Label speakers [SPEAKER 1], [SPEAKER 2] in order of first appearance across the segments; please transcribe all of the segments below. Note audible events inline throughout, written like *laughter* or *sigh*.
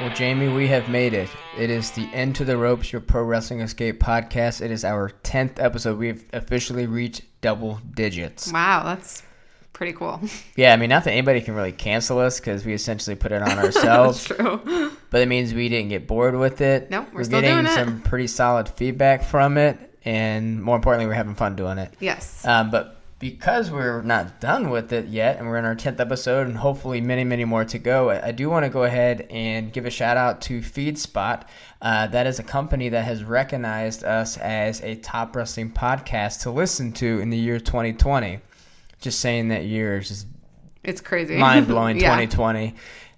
[SPEAKER 1] Well, Jamie, we have made it. It is the End to the Ropes, your pro wrestling escape podcast. It is our 10th episode. We've officially reached double digits.
[SPEAKER 2] Wow, that's pretty cool. *laughs*
[SPEAKER 1] Yeah, I mean, not that anybody can really cancel us because we essentially put it
[SPEAKER 2] *laughs*
[SPEAKER 1] on ourselves,
[SPEAKER 2] True. *laughs*
[SPEAKER 1] but it means we didn't get bored with it.
[SPEAKER 2] Nope, we're
[SPEAKER 1] we're
[SPEAKER 2] still
[SPEAKER 1] getting
[SPEAKER 2] doing it.
[SPEAKER 1] some pretty solid feedback from it, and more importantly, we're having fun doing it.
[SPEAKER 2] Yes.
[SPEAKER 1] Um, but because we're not done with it yet, and we're in our 10th episode, and hopefully many, many more to go, I I do want to go ahead and give a shout out to FeedSpot. Uh, that is a company that has recognized us as a top wrestling podcast to listen to in the year 2020. Just saying that year is just
[SPEAKER 2] It's crazy. *laughs*
[SPEAKER 1] mind blowing
[SPEAKER 2] Yeah.
[SPEAKER 1] 2020.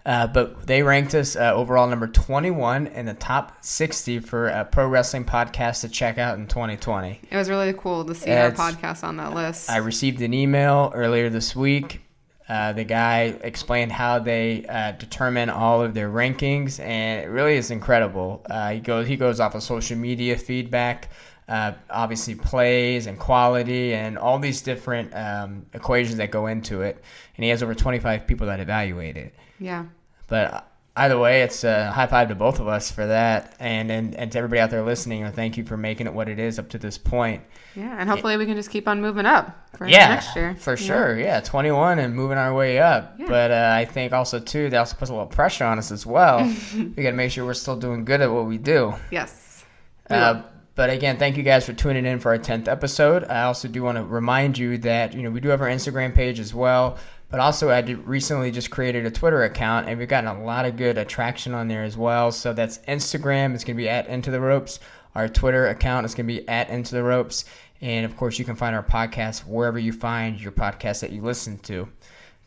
[SPEAKER 1] Uh, but they ranked us uh, overall number 21 in the top 60 for a pro wrestling podcast to check out in 2020.
[SPEAKER 2] It was really cool to see
[SPEAKER 1] Yeah,
[SPEAKER 2] our
[SPEAKER 1] it's-
[SPEAKER 2] podcast on that list.
[SPEAKER 1] I received an email earlier this week. Uh, the guy explained how they uh, determine all of their rankings, and it really is incredible. Uh, he goes he goes off of social media feedback, uh, obviously plays and quality, and all these different um, equations that go into it. And he has over 25 people that evaluate it.
[SPEAKER 2] yeah.
[SPEAKER 1] But either way, it's a high five to both of us for that, and and, and to everybody out there listening. And thank you for making it what it is up to this point.
[SPEAKER 2] Yeah. And hopefully we can just keep on moving up for
[SPEAKER 1] yeah,
[SPEAKER 2] next year.
[SPEAKER 1] For
[SPEAKER 2] Yeah.
[SPEAKER 1] sure. Yeah, 21 and moving our way up.
[SPEAKER 2] Yeah.
[SPEAKER 1] But uh, I think also, too, that also puts a little pressure on us as
[SPEAKER 2] *laughs*
[SPEAKER 1] well. we got to make sure we're still doing good at what we do.
[SPEAKER 2] Yes.
[SPEAKER 1] Uh, but again, thank you guys for tuning in for our 10th episode. I also do want to remind you that, you know, we do have our Instagram page as well. But also, I did recently just created a Twitter account, and we've gotten a lot of good attraction on there as well. So that's Instagram. It's going to be at Into the Ropes. Our Twitter account is going to be at Into the Ropes. And of course, you can find our podcast wherever you find your podcast that you listen to.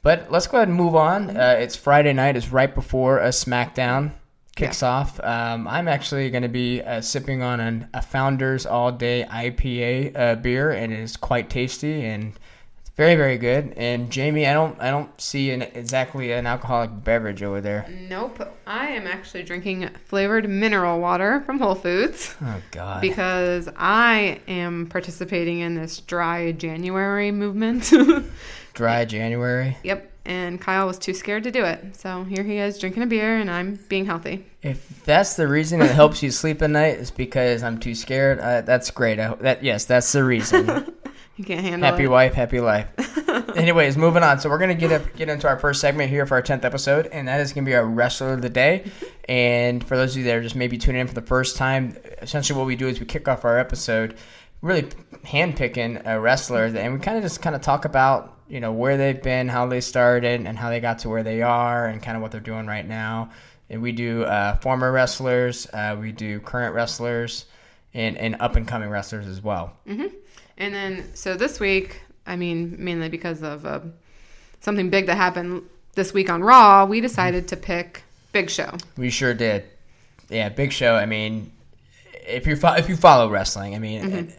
[SPEAKER 1] But let's go ahead and move on. Uh, it's Friday night. It's right before a SmackDown kicks off. Um, I'm actually going to be uh, sipping on an, a Founders All Day IPA uh, beer, and it is quite tasty and it's very, very good. And Jamie, I don't, I don't see an, exactly an alcoholic beverage over there.
[SPEAKER 2] Nope. I am actually drinking flavored mineral water from
[SPEAKER 1] *laughs*
[SPEAKER 2] Whole Foods
[SPEAKER 1] Oh God.
[SPEAKER 2] because I am participating in this dry January movement. *laughs*
[SPEAKER 1] Dry January.
[SPEAKER 2] yep. And Kyle was too scared to do it. So here he is drinking a beer and I'm being healthy.
[SPEAKER 1] If that's the reason it helps you sleep at night, is because I'm too scared. Uh, that's great. I, ho- that yes, that's the *laughs* reason.
[SPEAKER 2] You can't handle
[SPEAKER 1] Happy
[SPEAKER 2] it.
[SPEAKER 1] wife, happy life. *laughs* Anyways, moving on. So we're gonna get up, get into our first segment here for our tenth episode, and that is gonna be our wrestler of the *laughs* day. And for those of you that are just maybe tuning in for the first time, essentially what we do is we kick off our episode, really handpicking a wrestler, and we kind of just kind of talk about you know where they've been, how they started, and how they got to where they are, and kind of what they're doing right now. And we do uh, former wrestlers, uh, we do current wrestlers, and and up and coming wrestlers as well.
[SPEAKER 2] And then, so this week, I mean, mainly because of uh, something big that happened this week on Raw, we decided to pick Big Show.
[SPEAKER 1] We sure did. Yeah, Big Show. I mean, if you fo- if you follow wrestling, I mean,
[SPEAKER 2] Mm-hmm.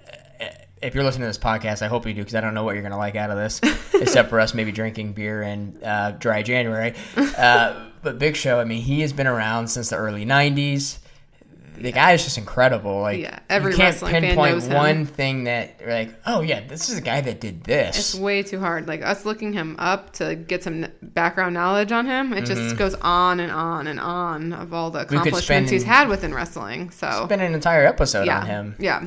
[SPEAKER 1] if you're listening to this podcast, I hope you do because I don't know what you're gonna like out of
[SPEAKER 2] *laughs*
[SPEAKER 1] this, except for us maybe drinking beer and uh, dry January.
[SPEAKER 2] *laughs*
[SPEAKER 1] Uh, but Big Show, I mean, he has been around since the early '90s. The guy is just incredible. Like,
[SPEAKER 2] Yeah, every
[SPEAKER 1] you can't
[SPEAKER 2] wrestling fan
[SPEAKER 1] pinpoint
[SPEAKER 2] knows him.
[SPEAKER 1] one thing that you're like, oh yeah, this is a guy that did this.
[SPEAKER 2] It's way too hard. Like, us looking him up to get some n- background knowledge on him, it just goes on and on and on of all the
[SPEAKER 1] Mm-hmm. could
[SPEAKER 2] accomplishments
[SPEAKER 1] spend-
[SPEAKER 2] he's had within wrestling. So,
[SPEAKER 1] been an entire episode
[SPEAKER 2] yeah.
[SPEAKER 1] on him.
[SPEAKER 2] Yeah.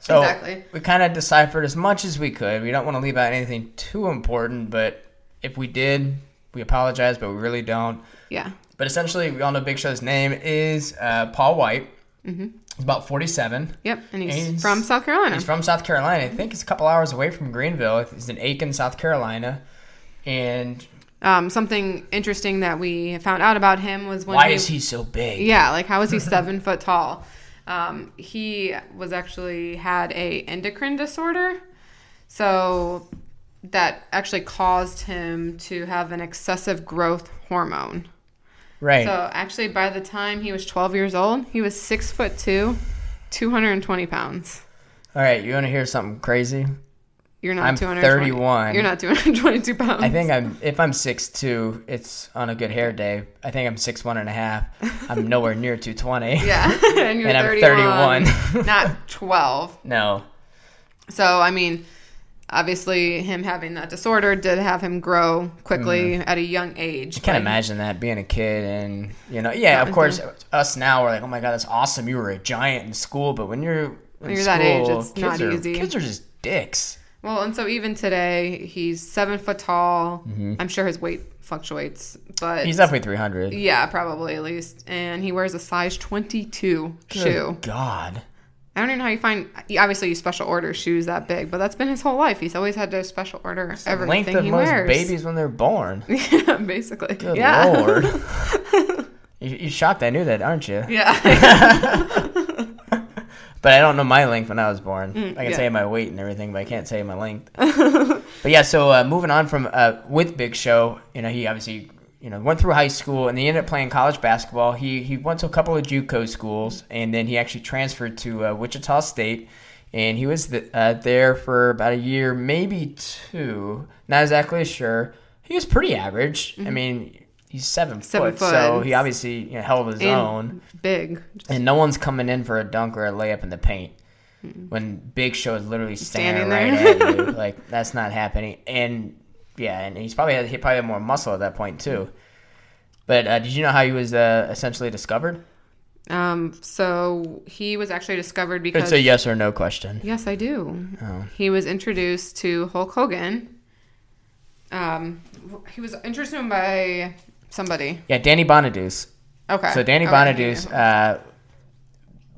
[SPEAKER 1] So
[SPEAKER 2] Exactly.
[SPEAKER 1] we kind of deciphered as much as we could. We don't want to leave out anything too important, but if we did, we apologize, but we really don't.
[SPEAKER 2] Yeah.
[SPEAKER 1] But essentially, we all know Big Show's name is uh, Paul White.
[SPEAKER 2] Mm-hmm.
[SPEAKER 1] He's about 47.
[SPEAKER 2] Yep. And he's,
[SPEAKER 1] He's-
[SPEAKER 2] from South Carolina.
[SPEAKER 1] He's from South Carolina. I think he's a couple hours away from Greenville. He's in Aiken, South Carolina. And
[SPEAKER 2] um, something interesting that we found out about him was when
[SPEAKER 1] why
[SPEAKER 2] he,
[SPEAKER 1] is he so big?
[SPEAKER 2] Yeah, like how
[SPEAKER 1] *laughs*
[SPEAKER 2] is he seven foot tall? Um, he was actually had a endocrine disorder, so that actually caused him to have an excessive growth hormone.
[SPEAKER 1] Right.
[SPEAKER 2] So actually, by the time he was twelve years old, he was six foot two, two hundred and twenty pounds.
[SPEAKER 1] all right, you want to hear something crazy?
[SPEAKER 2] You're
[SPEAKER 1] I'm
[SPEAKER 2] not two hundred.
[SPEAKER 1] 31.
[SPEAKER 2] You're not two hundred twenty-two pounds.
[SPEAKER 1] I think I'm if I'm six two, it's on a good hair day. I think I'm six one and a half. I'm nowhere near two twenty.
[SPEAKER 2] *laughs*
[SPEAKER 1] *laughs*
[SPEAKER 2] Yeah, *laughs* and you're
[SPEAKER 1] And I'm *laughs*
[SPEAKER 2] 31, not twelve.
[SPEAKER 1] No.
[SPEAKER 2] So I mean, obviously him having that disorder did have him grow quickly
[SPEAKER 1] Mm-hmm.
[SPEAKER 2] at a young age.
[SPEAKER 1] I can't
[SPEAKER 2] but-
[SPEAKER 1] imagine that being a kid and you know yeah of course us now we're like oh my god that's awesome you were a giant in school but when you're when
[SPEAKER 2] you're that age, it's not
[SPEAKER 1] are,
[SPEAKER 2] easy.
[SPEAKER 1] Kids are just dicks.
[SPEAKER 2] Well, and so even today, he's seven foot tall. I'm sure his weight fluctuates, but
[SPEAKER 1] Mm-hmm. He's definitely 300.
[SPEAKER 2] yeah, probably at least. And he wears a size 22 shoe.
[SPEAKER 1] Good God.
[SPEAKER 2] I don't even know how you find. Obviously, you special order shoes that big, but that's been his whole life. He's always had to special order everything
[SPEAKER 1] Length of
[SPEAKER 2] he
[SPEAKER 1] most
[SPEAKER 2] wears.
[SPEAKER 1] babies when they're born.
[SPEAKER 2] *laughs* yeah, basically.
[SPEAKER 1] Good
[SPEAKER 2] yeah.
[SPEAKER 1] Lord. you, you shocked I knew that, aren't you?
[SPEAKER 2] *laughs* Yeah.
[SPEAKER 1] *laughs* But I don't know my length when I was born. I can
[SPEAKER 2] Mm, yeah.
[SPEAKER 1] tell you my weight and everything, but I can't tell you my
[SPEAKER 2] *laughs*
[SPEAKER 1] length. but yeah, so uh, moving on from uh, with Big Show, you know, he obviously you know went through high school and he ended up playing college basketball. He he went to a couple of JUCO schools and then he actually transferred to uh, Wichita State. And he was th- uh, there for about a year, maybe two. Not exactly sure. He was pretty average. I mean, he's seven,
[SPEAKER 2] Mm-hmm. Seven
[SPEAKER 1] foot, so
[SPEAKER 2] foot.
[SPEAKER 1] he obviously you know, held his own
[SPEAKER 2] And big.
[SPEAKER 1] and no one's coming in for a dunk or a layup in the paint when Big Show is literally standing,
[SPEAKER 2] Standing
[SPEAKER 1] right at you. Like that's not happening. And yeah, and he's probably had, he probably had more muscle at that point too. But uh, did you know how he was uh, essentially discovered?
[SPEAKER 2] Um, so he was actually discovered because.
[SPEAKER 1] It's a yes or no question.
[SPEAKER 2] Yes, I do.
[SPEAKER 1] Oh.
[SPEAKER 2] He was introduced to Hulk Hogan. Um, he was introduced to him by somebody.
[SPEAKER 1] Yeah, Danny Bonaduce.
[SPEAKER 2] Okay. Oh,
[SPEAKER 1] So Danny
[SPEAKER 2] Okay.
[SPEAKER 1] Bonaduce uh,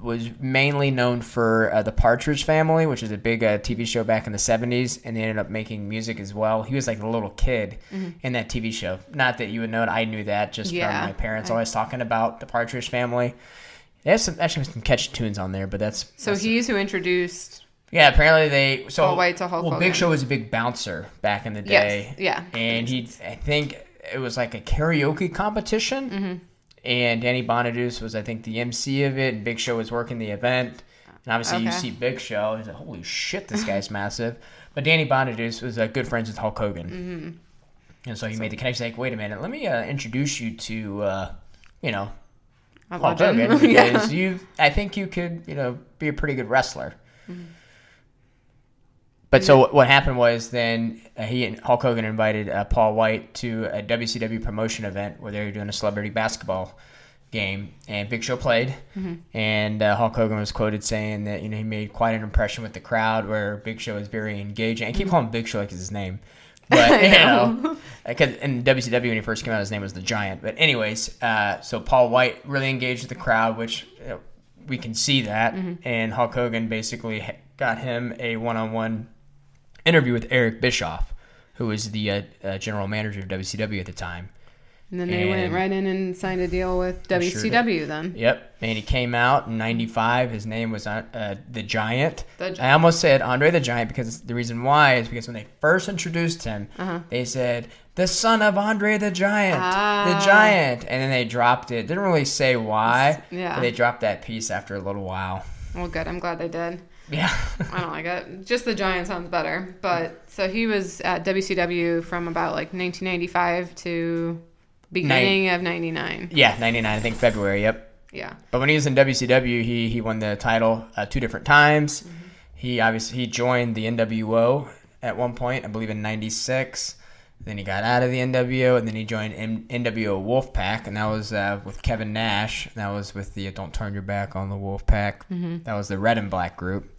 [SPEAKER 1] was mainly known for uh, the Partridge Family, which was a big uh, TV show back in the '70s, and they ended up making music as well. He was like the little kid in that TV show. Not that you would know it; I knew that just
[SPEAKER 2] Mm-hmm. Yeah.
[SPEAKER 1] from my parents always talking about the Partridge Family. They have some actually some catchy tunes on there, but that's
[SPEAKER 2] So
[SPEAKER 1] that's-
[SPEAKER 2] he's who introduced.
[SPEAKER 1] yeah. Apparently they so
[SPEAKER 2] All the way to Hulk
[SPEAKER 1] well,
[SPEAKER 2] Hogan.
[SPEAKER 1] Big Show was a big bouncer back in the day
[SPEAKER 2] Yes. Yeah.
[SPEAKER 1] and he I think it was like a karaoke competition.
[SPEAKER 2] Mm-hmm.
[SPEAKER 1] And Danny Bonaduce was I think the MC of it, and Big Show was working the event. And obviously you
[SPEAKER 2] Okay.
[SPEAKER 1] see Big Show, he's like, "Holy shit,
[SPEAKER 2] *laughs*
[SPEAKER 1] this guy's massive!" But Danny Bonaduce was uh, good friends with Hulk Hogan,
[SPEAKER 2] Mm-hmm.
[SPEAKER 1] and so he made the connection. Like, wait a minute, let me uh, introduce you to uh, you know
[SPEAKER 2] A
[SPEAKER 1] Hulk
[SPEAKER 2] legend. *laughs*
[SPEAKER 1] Hogan
[SPEAKER 2] Yeah.
[SPEAKER 1] because you, I think you could, you know, be a pretty good wrestler. But so what- what happened was then uh, he and Hulk Hogan invited uh, Paul White to a WCW promotion event where they were doing a celebrity basketball game, and Big Show played, and uh, Hulk Hogan was quoted saying that you know he made quite an impression with the crowd where Big Show was very engaging. I keep calling him Big Show like it's his name, but you know, because in WCW when he first came out, his name was the Giant. But anyways, uh, so Paul White really engaged with the crowd, which you know, we can see that, and Hulk Hogan basically ha- got him a one-on-one interview with Eric Bischoff, who was the uh, uh, general manager of WCW at the time.
[SPEAKER 2] And then they went
[SPEAKER 1] and-
[SPEAKER 2] right in and signed a deal with
[SPEAKER 1] did.
[SPEAKER 2] WCW. then
[SPEAKER 1] Yep, and he came out in '95. His name was uh, uh, the Giant.
[SPEAKER 2] The Gi-
[SPEAKER 1] I almost said Andre the Giant because the reason why is because when they first introduced him,
[SPEAKER 2] Uh-huh.
[SPEAKER 1] they said the son of Andre the Giant, the
[SPEAKER 2] Ah.
[SPEAKER 1] Giant, and then they dropped it. Didn't really say why.
[SPEAKER 2] Yeah.
[SPEAKER 1] but they dropped that piece after a little while.
[SPEAKER 2] well, good. I'm glad they did.
[SPEAKER 1] Yeah, *laughs*
[SPEAKER 2] I don't like it. Just the Giant sounds better. But so he was at WCW from about like 1995 to beginning of 99.
[SPEAKER 1] yeah, '99. I think February. Yep.
[SPEAKER 2] Yeah.
[SPEAKER 1] But when he was in WCW, he he won the title uh, two different times. He obviously he joined the NWO at one point, I believe in '96. Then he got out of the NWO, and then he joined M- NWO Wolfpack, and that was uh, with Kevin Nash. And that was with the "Don't Turn Your Back on the Wolfpack." That was the red and black group.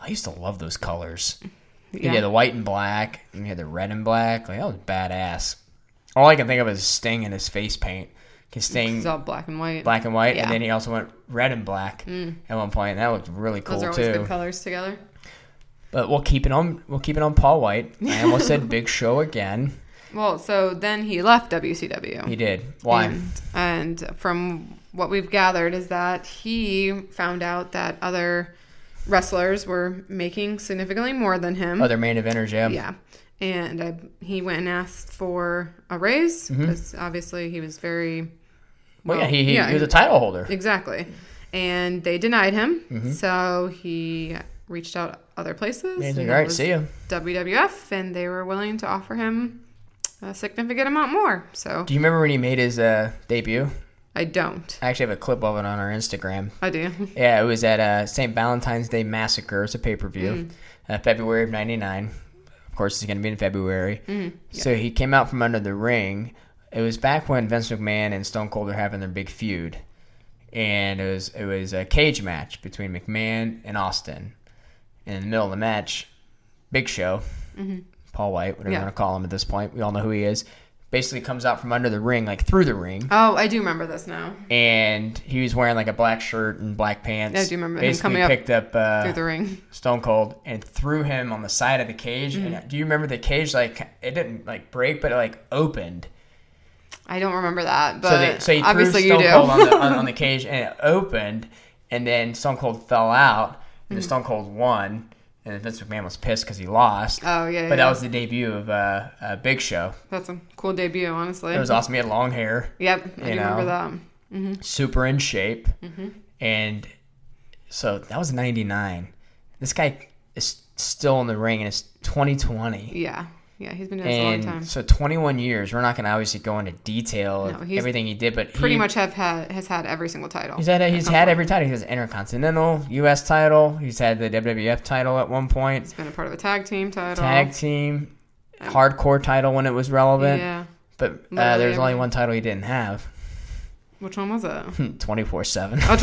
[SPEAKER 1] I used to love those colors. You had the white and black, and you had the red and black. Like that was badass. All I can think of is Sting and his face paint. 'Cause Sting
[SPEAKER 2] It's all black and white.
[SPEAKER 1] black and white,
[SPEAKER 2] Yeah. Mm.
[SPEAKER 1] and then he also went red and black at one point, and that looked really cool
[SPEAKER 2] Those are always
[SPEAKER 1] too.
[SPEAKER 2] good colors together.
[SPEAKER 1] But we'll keep it on. We'll keep it on Paul White.
[SPEAKER 2] *laughs*
[SPEAKER 1] I almost said Big Show again.
[SPEAKER 2] Well, so then he left WCW.
[SPEAKER 1] He did. Why?
[SPEAKER 2] And, and from what we've gathered is that he found out that other wrestlers were making significantly more than him.
[SPEAKER 1] Other main eventers, yeah.
[SPEAKER 2] Yeah. And I, he went and asked for a raise
[SPEAKER 1] Mm-hmm.
[SPEAKER 2] because obviously he was very.
[SPEAKER 1] Well, yeah, he, he, he was a
[SPEAKER 2] Oh, he-
[SPEAKER 1] title holder.
[SPEAKER 2] exactly. And they denied him.
[SPEAKER 1] Mm-hmm.
[SPEAKER 2] So he reached out other places.
[SPEAKER 1] He's
[SPEAKER 2] and
[SPEAKER 1] like,
[SPEAKER 2] that
[SPEAKER 1] all right,
[SPEAKER 2] was
[SPEAKER 1] see ya.
[SPEAKER 2] WWF, and they were willing to offer him a significant amount more. So
[SPEAKER 1] Do you remember when he made his uh, debut?
[SPEAKER 2] I don't.
[SPEAKER 1] I actually have a clip of it on our Instagram.
[SPEAKER 2] I do.
[SPEAKER 1] Yeah, it was at uh, St. Valentine's Day Massacre. It's a pay per view, uh, February of '99. course, is going to be in February. So he came out from under the ring. It was back when Vince McMahon and Stone Cold were having their big feud, and it was it was a cage match between McMahon and Austin. And in the middle of the match, Big Show, Paul White, whatever
[SPEAKER 2] Yeah.
[SPEAKER 1] you want to call him at this point, we all know who he is. Basically, comes out from under the ring, like through the ring,
[SPEAKER 2] Oh, I do remember this now.
[SPEAKER 1] and he was wearing like a black shirt and black pants.
[SPEAKER 2] I do remember him
[SPEAKER 1] Basically
[SPEAKER 2] coming up
[SPEAKER 1] picked up, uh,
[SPEAKER 2] Through the ring.
[SPEAKER 1] Stone Cold and threw him on the side of the cage.
[SPEAKER 2] Mm-hmm.
[SPEAKER 1] And do you remember the cage? Like it didn't like break, but it like opened.
[SPEAKER 2] I don't remember that, but
[SPEAKER 1] So, they, so he
[SPEAKER 2] obviously
[SPEAKER 1] threw Stone
[SPEAKER 2] you do.
[SPEAKER 1] Cold on the,
[SPEAKER 2] *laughs*
[SPEAKER 1] on, on the cage, and it opened. And then Stone Cold fell out, and
[SPEAKER 2] Mm.
[SPEAKER 1] the Stone Cold won. And then Vince McMahon was pissed because he lost.
[SPEAKER 2] Oh,
[SPEAKER 1] But
[SPEAKER 2] yeah, yeah.
[SPEAKER 1] that was the debut of uh, uh, Big Show.
[SPEAKER 2] That's a cool debut, honestly.
[SPEAKER 1] It was awesome. He had long hair.
[SPEAKER 2] Yep, I do
[SPEAKER 1] you know.
[SPEAKER 2] remember that.
[SPEAKER 1] super in shape,
[SPEAKER 2] Mm-hmm.
[SPEAKER 1] and so that was '99. This guy is still in the ring, and it's 2020,
[SPEAKER 2] Yeah, yeah, he's been doing this a long time.
[SPEAKER 1] and so 21 years. We're not going to obviously go into detail
[SPEAKER 2] No,
[SPEAKER 1] of
[SPEAKER 2] he's
[SPEAKER 1] everything he did, but
[SPEAKER 2] Pretty
[SPEAKER 1] he,
[SPEAKER 2] much have had has had every single title.
[SPEAKER 1] He's had he's
[SPEAKER 2] some
[SPEAKER 1] had
[SPEAKER 2] point.
[SPEAKER 1] every title. He has Intercontinental, U.S. title. He's had the WWF title at one point,
[SPEAKER 2] He's been a part of a tag team title.
[SPEAKER 1] tag team, hardcore title when it was relevant.
[SPEAKER 2] Yeah.
[SPEAKER 1] But uh, there's
[SPEAKER 2] Literally
[SPEAKER 1] only
[SPEAKER 2] everything.
[SPEAKER 1] one title he didn't have. *laughs*
[SPEAKER 2] Which one was it? *laughs*
[SPEAKER 1] 24 seven.
[SPEAKER 2] Oh,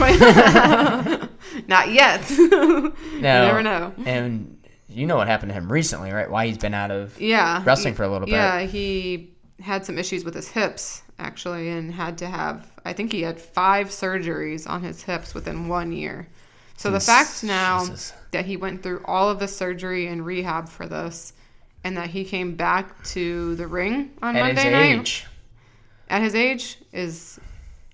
[SPEAKER 2] 20. *laughs* Not yet. *laughs* no. You never know.
[SPEAKER 1] And you know what happened to him recently, right? Why he's been out of
[SPEAKER 2] Yeah.
[SPEAKER 1] wrestling for a little bit.
[SPEAKER 2] Yeah, he had some issues with his hips actually, and had to have. I think he had five surgeries on his hips within one year. So the
[SPEAKER 1] Jeez,
[SPEAKER 2] fact now
[SPEAKER 1] Jesus.
[SPEAKER 2] that he went through all of the surgery and rehab for this, and that he came back to the ring on
[SPEAKER 1] at his
[SPEAKER 2] Monday night
[SPEAKER 1] age.
[SPEAKER 2] at his age is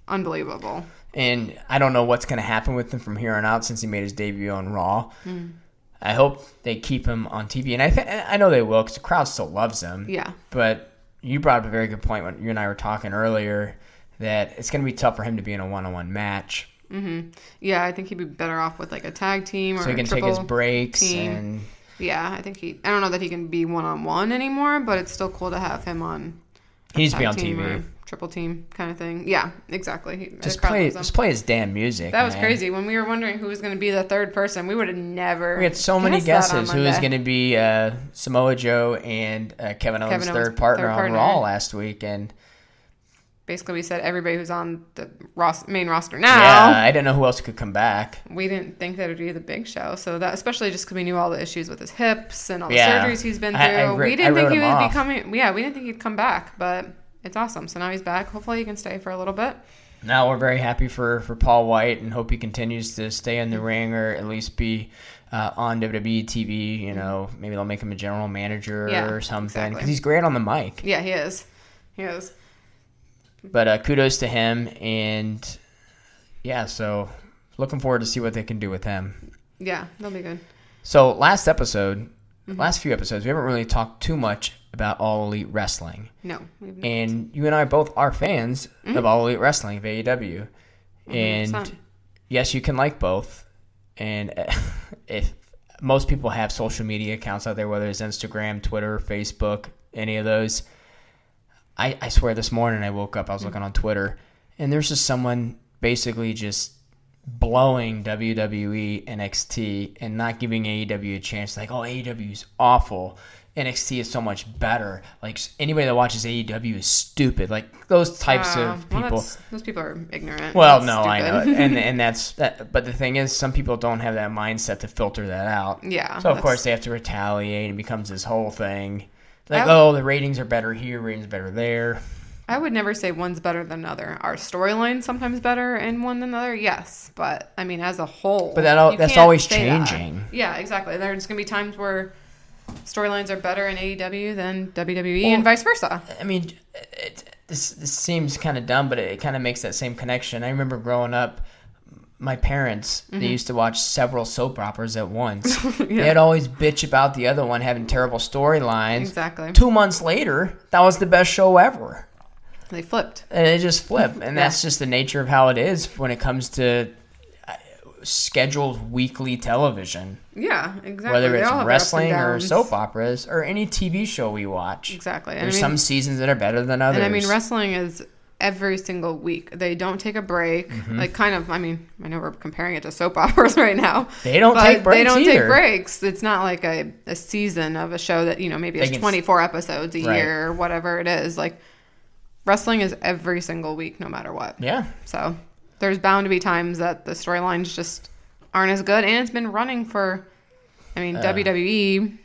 [SPEAKER 2] unbelievable.
[SPEAKER 1] And I don't know what's going to happen with him from here on out since he made his debut on Raw.
[SPEAKER 2] Hmm.
[SPEAKER 1] I hope they keep him on TV, and I th- I know they will because the crowd still loves him.
[SPEAKER 2] Yeah.
[SPEAKER 1] But you brought up a very good point when you and I were talking earlier that it's going to be tough for him to be in a one-on-one match,
[SPEAKER 2] hmm Yeah, I think he'd be better off with like a tag team or
[SPEAKER 1] so he can
[SPEAKER 2] a
[SPEAKER 1] take
[SPEAKER 2] triple.
[SPEAKER 1] his breaks
[SPEAKER 2] team.
[SPEAKER 1] and
[SPEAKER 2] Yeah, I think he. I don't know that he can be one on one anymore, but it's still cool to have him on
[SPEAKER 1] he needs to be on
[SPEAKER 2] tag team
[SPEAKER 1] TV.
[SPEAKER 2] or triple team kind of thing. Yeah, exactly. He- the
[SPEAKER 1] Just
[SPEAKER 2] crowd
[SPEAKER 1] play,
[SPEAKER 2] loves him.
[SPEAKER 1] just play his damn music.
[SPEAKER 2] That was
[SPEAKER 1] man.
[SPEAKER 2] crazy. When we were wondering who was going to be the third person, we would have never.
[SPEAKER 1] We had so many
[SPEAKER 2] guessed that on
[SPEAKER 1] guesses who was
[SPEAKER 2] Monday.
[SPEAKER 1] going to be uh, Samoa Joe and uh, Kevin Owens'
[SPEAKER 2] Kevin Owens'
[SPEAKER 1] third, partner,
[SPEAKER 2] third partner.
[SPEAKER 1] on Raw last week, and
[SPEAKER 2] Basically, we said everybody who's on the ros- main roster now.
[SPEAKER 1] yeah, I didn't know who else could come back.
[SPEAKER 2] We didn't think that it would be the big show. So that, especially just because we knew all the issues with his hips and all the
[SPEAKER 1] Yeah.
[SPEAKER 2] surgeries he's been through,
[SPEAKER 1] I- I wrote-
[SPEAKER 2] we
[SPEAKER 1] I
[SPEAKER 2] didn't think
[SPEAKER 1] wrote
[SPEAKER 2] he
[SPEAKER 1] him
[SPEAKER 2] would
[SPEAKER 1] off.
[SPEAKER 2] be coming. Yeah, we didn't think he'd come back, but it's awesome. So now he's back. Hopefully, he can stay for a little bit.
[SPEAKER 1] Now we're very happy for for Paul White and hope he continues to stay in the ring or at least be uh, on WWE TV. You know, maybe they'll make him a general manager
[SPEAKER 2] Yeah,
[SPEAKER 1] or something because
[SPEAKER 2] exactly. Mm-hmm.
[SPEAKER 1] he's great on the mic.
[SPEAKER 2] Yeah, he is. He is.
[SPEAKER 1] But uh, kudos to him, and yeah, so looking forward to see what they can do with him.
[SPEAKER 2] Yeah, that'll be good.
[SPEAKER 1] So last episode, last few episodes, we haven't really talked too much about All Elite Wrestling,
[SPEAKER 2] No, we've
[SPEAKER 1] and you and I both are fans of All Elite Wrestling of AEW, and
[SPEAKER 2] Mm-hmm. Son.
[SPEAKER 1] yes, you can like both, and uh, *laughs* if most people have social media accounts out there, whether it's Instagram, Twitter, Facebook, any of those. I, I swear this morning I woke up, I was looking on Twitter, and there's just someone basically just blowing E, WWE NXT and not giving AEW a chance. Like, oh, AEW is awful. NXT is so much better. Like, s- anybody that watches AEW is stupid. Like, those types
[SPEAKER 2] Uh,
[SPEAKER 1] of
[SPEAKER 2] well,
[SPEAKER 1] people.
[SPEAKER 2] that's- those people are ignorant.
[SPEAKER 1] Well,
[SPEAKER 2] That's
[SPEAKER 1] no, I know,
[SPEAKER 2] stupid.
[SPEAKER 1] it.
[SPEAKER 2] *laughs*
[SPEAKER 1] and and that's that. But the thing is, some people don't have that mindset to filter that out.
[SPEAKER 2] *laughs* yeah.
[SPEAKER 1] So of
[SPEAKER 2] that's-
[SPEAKER 1] course they have to retaliate, and it becomes this whole thing. Like,
[SPEAKER 2] I-
[SPEAKER 1] oh, the ratings are better here, ratings are better there.
[SPEAKER 2] I would never say one's better than another. Our storyline sometimes better in one than another, yes, but I mean as a whole.
[SPEAKER 1] But that al-
[SPEAKER 2] you
[SPEAKER 1] that's
[SPEAKER 2] can't
[SPEAKER 1] always
[SPEAKER 2] say that.
[SPEAKER 1] changing.
[SPEAKER 2] Yeah, exactly. There's gonna be times where storylines are better in AEW than WWE and vice versa.
[SPEAKER 1] I mean, it, this this seems kind of dumb, but it, kind of makes that same connection. I remember growing up, my parents
[SPEAKER 2] Mm-hmm.
[SPEAKER 1] they used to watch several soap operas at
[SPEAKER 2] *laughs*
[SPEAKER 1] once. They'd always bitch about the other one having terrible storylines.
[SPEAKER 2] Exactly.
[SPEAKER 1] Two months later, that was the best show ever.
[SPEAKER 2] They flipped.
[SPEAKER 1] and it just
[SPEAKER 2] *laughs*
[SPEAKER 1] flip and that's just the nature of how it is when it comes to uh, scheduled weekly television
[SPEAKER 2] Yeah, exactly.
[SPEAKER 1] whether
[SPEAKER 2] They
[SPEAKER 1] it's
[SPEAKER 2] all have ups and
[SPEAKER 1] wrestling or
[SPEAKER 2] downs.
[SPEAKER 1] soap operas or any tv show we watch
[SPEAKER 2] Exactly. And I
[SPEAKER 1] there's
[SPEAKER 2] mean-
[SPEAKER 1] some seasons that are better than others
[SPEAKER 2] And I mean, wrestling is every single week. They don't take a break.
[SPEAKER 1] Mm-hmm.
[SPEAKER 2] Like kind of, I mean, I know we're comparing it to soap *laughs* operas right now.
[SPEAKER 1] They don't
[SPEAKER 2] but
[SPEAKER 1] take
[SPEAKER 2] They
[SPEAKER 1] breaks
[SPEAKER 2] don't
[SPEAKER 1] either.
[SPEAKER 2] take breaks. It's not like a, a season of a show that, you know, maybe
[SPEAKER 1] They
[SPEAKER 2] it's
[SPEAKER 1] can-
[SPEAKER 2] 24 episodes a
[SPEAKER 1] Right.
[SPEAKER 2] year or whatever it is. Like wrestling is every single week no matter what.
[SPEAKER 1] Yeah.
[SPEAKER 2] So there's bound to be times that the storylines just aren't as good and it's been running for I mean
[SPEAKER 1] Uh.
[SPEAKER 2] E WWE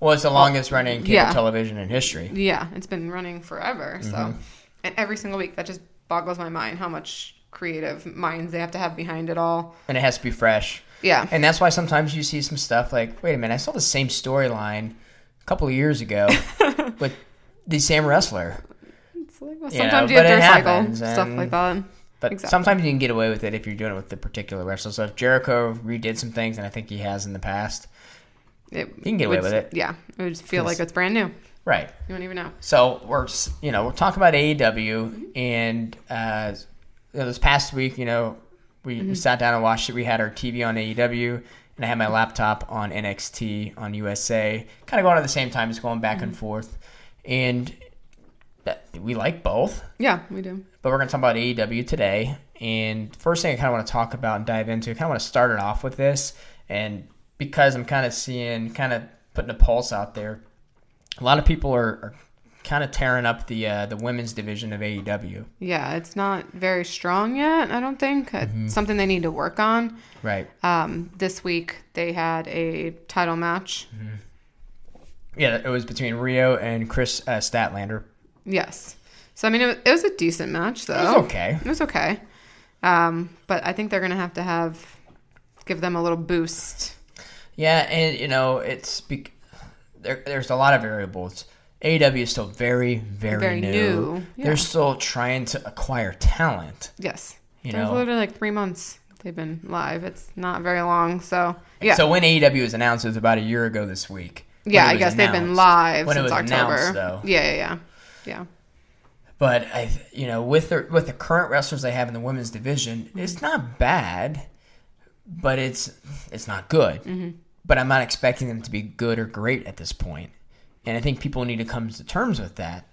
[SPEAKER 1] Well, it's the longest running cable
[SPEAKER 2] yeah.
[SPEAKER 1] television in history.
[SPEAKER 2] Yeah, it's been running forever.
[SPEAKER 1] Mm-hmm.
[SPEAKER 2] So, and every single week, that just boggles my mind how much creative minds they have to have behind it all.
[SPEAKER 1] And it has to be fresh.
[SPEAKER 2] Yeah,
[SPEAKER 1] And that's why sometimes you see some stuff like, wait a minute, I saw the same storyline a couple of years
[SPEAKER 2] *laughs*
[SPEAKER 1] ago with the same wrestler.
[SPEAKER 2] it's like, well,
[SPEAKER 1] Yeah, but
[SPEAKER 2] sometimes you
[SPEAKER 1] it
[SPEAKER 2] have to recycle
[SPEAKER 1] happens,
[SPEAKER 2] stuff
[SPEAKER 1] and-
[SPEAKER 2] like that.
[SPEAKER 1] But
[SPEAKER 2] Exactly.
[SPEAKER 1] sometimes you can get away with it if you're doing it with the particular wrestler. So if Jericho redid some things, and I think he has in the past,
[SPEAKER 2] It you
[SPEAKER 1] can get away with it.
[SPEAKER 2] Yeah, it would feel like
[SPEAKER 1] Yes.
[SPEAKER 2] it's brand new. You
[SPEAKER 1] right?
[SPEAKER 2] don't even know.
[SPEAKER 1] So we're s- you know we're talking about AEW, and uh, you know, this past week, you know, we, we sat down and watched it. We had our TV on AEW, and I had my laptop on NXT on USA, kind of going at the same time, just going back and forth, and that, we like both.
[SPEAKER 2] Yeah, we do.
[SPEAKER 1] But we're going to talk about AEW today. And first thing I kind of want to talk about and dive into, I kind of want to start it off with this. And because I'm kind of seeing, kind of putting a pulse out there, a lot of people are, are kind of tearing up the uh, the women's division of E AEW.
[SPEAKER 2] Yeah, it's not very strong yet. I don't think
[SPEAKER 1] Mm-hmm.
[SPEAKER 2] it's something they need to work on.
[SPEAKER 1] Right.
[SPEAKER 2] Um, this week they had a title match.
[SPEAKER 1] Yeah, it was between Rio and Chris uh, Statlander.
[SPEAKER 2] Yes, so I mean it was, it was a decent match though.
[SPEAKER 1] Mm-hmm. It was okay.
[SPEAKER 2] It was okay. Um, but I think they're going to have to have give them a little boost.
[SPEAKER 1] Yeah, and you know it's bec there, there's a lot of variables. AEW is still very, very,
[SPEAKER 2] Very
[SPEAKER 1] new.
[SPEAKER 2] new, yeah.
[SPEAKER 1] They're still trying to acquire talent.
[SPEAKER 2] Yes.
[SPEAKER 1] You
[SPEAKER 2] There's
[SPEAKER 1] know.
[SPEAKER 2] literally like three months they've been live. It's not very long. So, yeah.
[SPEAKER 1] So when AEW was announced, it was about a year ago this week. when
[SPEAKER 2] yeah,
[SPEAKER 1] it
[SPEAKER 2] I
[SPEAKER 1] was
[SPEAKER 2] guess they've been
[SPEAKER 1] announced.
[SPEAKER 2] live
[SPEAKER 1] When it
[SPEAKER 2] since
[SPEAKER 1] was
[SPEAKER 2] October.
[SPEAKER 1] announced, though.
[SPEAKER 2] Yeah, yeah, yeah. Yeah.
[SPEAKER 1] But I, th- you know, with the with the current wrestlers they have in the women's division, it's not bad, but it's it's not good.
[SPEAKER 2] Mm-hmm.
[SPEAKER 1] But I'm not expecting them to be good or great at this point, and I think people need to come to terms with that.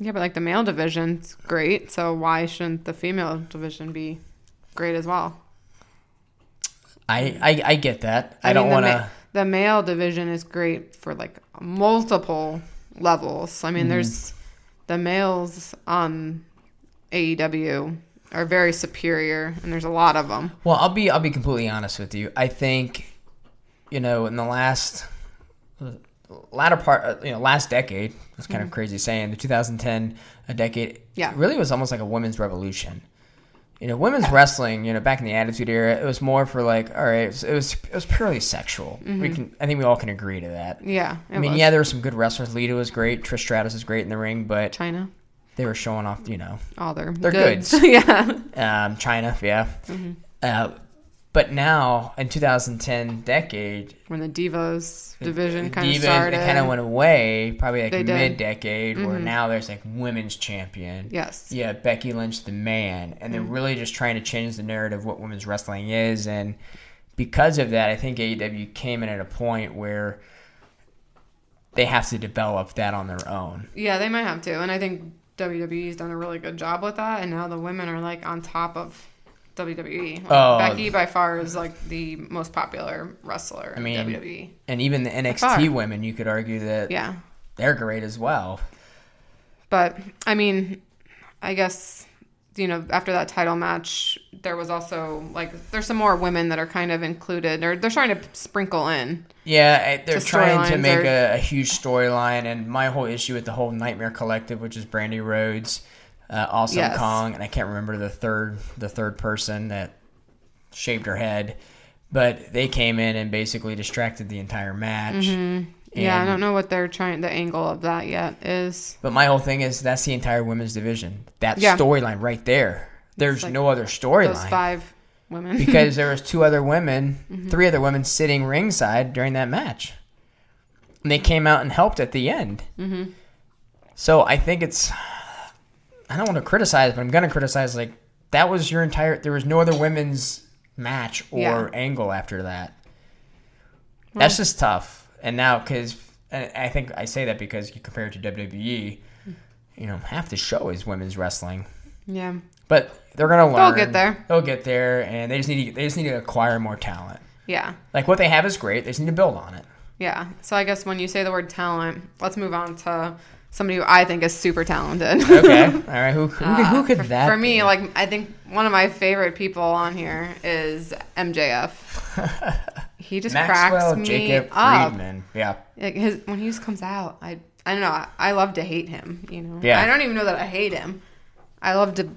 [SPEAKER 2] Yeah, but like the male division's great. So, why shouldn't the female division be great as well?
[SPEAKER 1] I I, I get that. I,
[SPEAKER 2] mean,
[SPEAKER 1] don't
[SPEAKER 2] the
[SPEAKER 1] want
[SPEAKER 2] ma-
[SPEAKER 1] to.
[SPEAKER 2] the male division is great for like multiple levels. I mean,
[SPEAKER 1] Mm-hmm.
[SPEAKER 2] there's the males um, on AEW are very superior, and there's a lot of them.
[SPEAKER 1] Well, I'll be I'll be completely honest with you. I think, you know, in the last latter part, uh, you know, last decade, that's kind of crazy saying, the 2010 a uh, decade,
[SPEAKER 2] Mm-hmm. Yeah.
[SPEAKER 1] it really was almost like a women's revolution. You know, women's wrestling, you know, back in the Attitude Era, it was more for like, all right, it was it was, it was purely sexual. We can, I think, we all can agree to that.
[SPEAKER 2] Yeah, Mm-hmm. it
[SPEAKER 1] I mean,
[SPEAKER 2] was.
[SPEAKER 1] yeah, there were some good wrestlers. Lita was great. Trish Stratus was great in the ring, but
[SPEAKER 2] China,
[SPEAKER 1] they were showing off, you know,
[SPEAKER 2] all their
[SPEAKER 1] They're
[SPEAKER 2] goods.
[SPEAKER 1] goods.
[SPEAKER 2] *laughs* yeah,
[SPEAKER 1] um, China, yeah.
[SPEAKER 2] Mm-hmm.
[SPEAKER 1] Uh, but now in 2010 decade,
[SPEAKER 2] when the divas division
[SPEAKER 1] the
[SPEAKER 2] kind of
[SPEAKER 1] divas,
[SPEAKER 2] started.
[SPEAKER 1] It kind of went away, probably like
[SPEAKER 2] They did. Mm-hmm.
[SPEAKER 1] mid decade, where now there's like women's champion.
[SPEAKER 2] yes, Mm.
[SPEAKER 1] Yeah, Becky Lynch, the man, and they're really just trying to change the narrative of what women's wrestling is, and because of that, I think AEW came in at a point where they have to develop that on their own.
[SPEAKER 2] yeah, they might have to, and I think WWE's done a really good job with that, and now the women are like on top of. WWE. Like,
[SPEAKER 1] Oh.
[SPEAKER 2] Becky by far is like the most popular wrestler in
[SPEAKER 1] mean,
[SPEAKER 2] WWE.
[SPEAKER 1] And even the NXT
[SPEAKER 2] far.
[SPEAKER 1] women, you could argue that
[SPEAKER 2] Yeah.
[SPEAKER 1] they're great as well.
[SPEAKER 2] But I mean, I guess you know after that title match, there was also like there's some more women that are kind of included, or they're trying to sprinkle in.
[SPEAKER 1] Yeah, I- they're
[SPEAKER 2] The
[SPEAKER 1] trying to
[SPEAKER 2] storylines
[SPEAKER 1] make
[SPEAKER 2] are-
[SPEAKER 1] a, a huge storyline, and my whole issue with the whole Nightmare Collective, which is Brandy Rhodes, uh, Awesome
[SPEAKER 2] Yes.
[SPEAKER 1] Kong, and I can't remember the third the third person that shaved her head, but they came in and basically distracted the entire match.
[SPEAKER 2] Mm-hmm. yeah, I
[SPEAKER 1] And-
[SPEAKER 2] don't know what they're trying the angle of that yet is.
[SPEAKER 1] But my whole thing is that's the entire women's division. That
[SPEAKER 2] Yeah.
[SPEAKER 1] storyline right there. There's
[SPEAKER 2] like
[SPEAKER 1] no other
[SPEAKER 2] Those
[SPEAKER 1] storyline
[SPEAKER 2] five women.
[SPEAKER 1] because there was two other women, three other women sitting ringside during that match, and they came out and helped at the end. Mm-hmm. So I think it's I don't want to criticize, but I'm going to criticize like that was your entire. There was no other women's match or
[SPEAKER 2] Yeah.
[SPEAKER 1] angle after that. That's just tough. And now because I think I say that because you compare it to WWE. E, you know, half the show is women's wrestling.
[SPEAKER 2] *laughs* Yeah.
[SPEAKER 1] But they're gonna learn.
[SPEAKER 2] They'll get there.
[SPEAKER 1] They'll get there, and they just need to they just need to acquire more talent.
[SPEAKER 2] Yeah.
[SPEAKER 1] Like what they have is great. They just need to build on it.
[SPEAKER 2] Yeah. So I guess when you say the word talent, let's move on to somebody who I think is super talented. *laughs* Uh,
[SPEAKER 1] Okay. *laughs* All right. Who who, could- who could that
[SPEAKER 2] For me,
[SPEAKER 1] be?
[SPEAKER 2] like I think one of my favorite people on here is MJF.
[SPEAKER 1] *laughs*
[SPEAKER 2] he just
[SPEAKER 1] Maxwell
[SPEAKER 2] cracks me
[SPEAKER 1] Jacob
[SPEAKER 2] up.
[SPEAKER 1] Friedman. Yeah.
[SPEAKER 2] Like his when he just comes out, I I don't know. I, I love to hate him. You know.
[SPEAKER 1] Yeah.
[SPEAKER 2] I don't even know that I hate him. I love to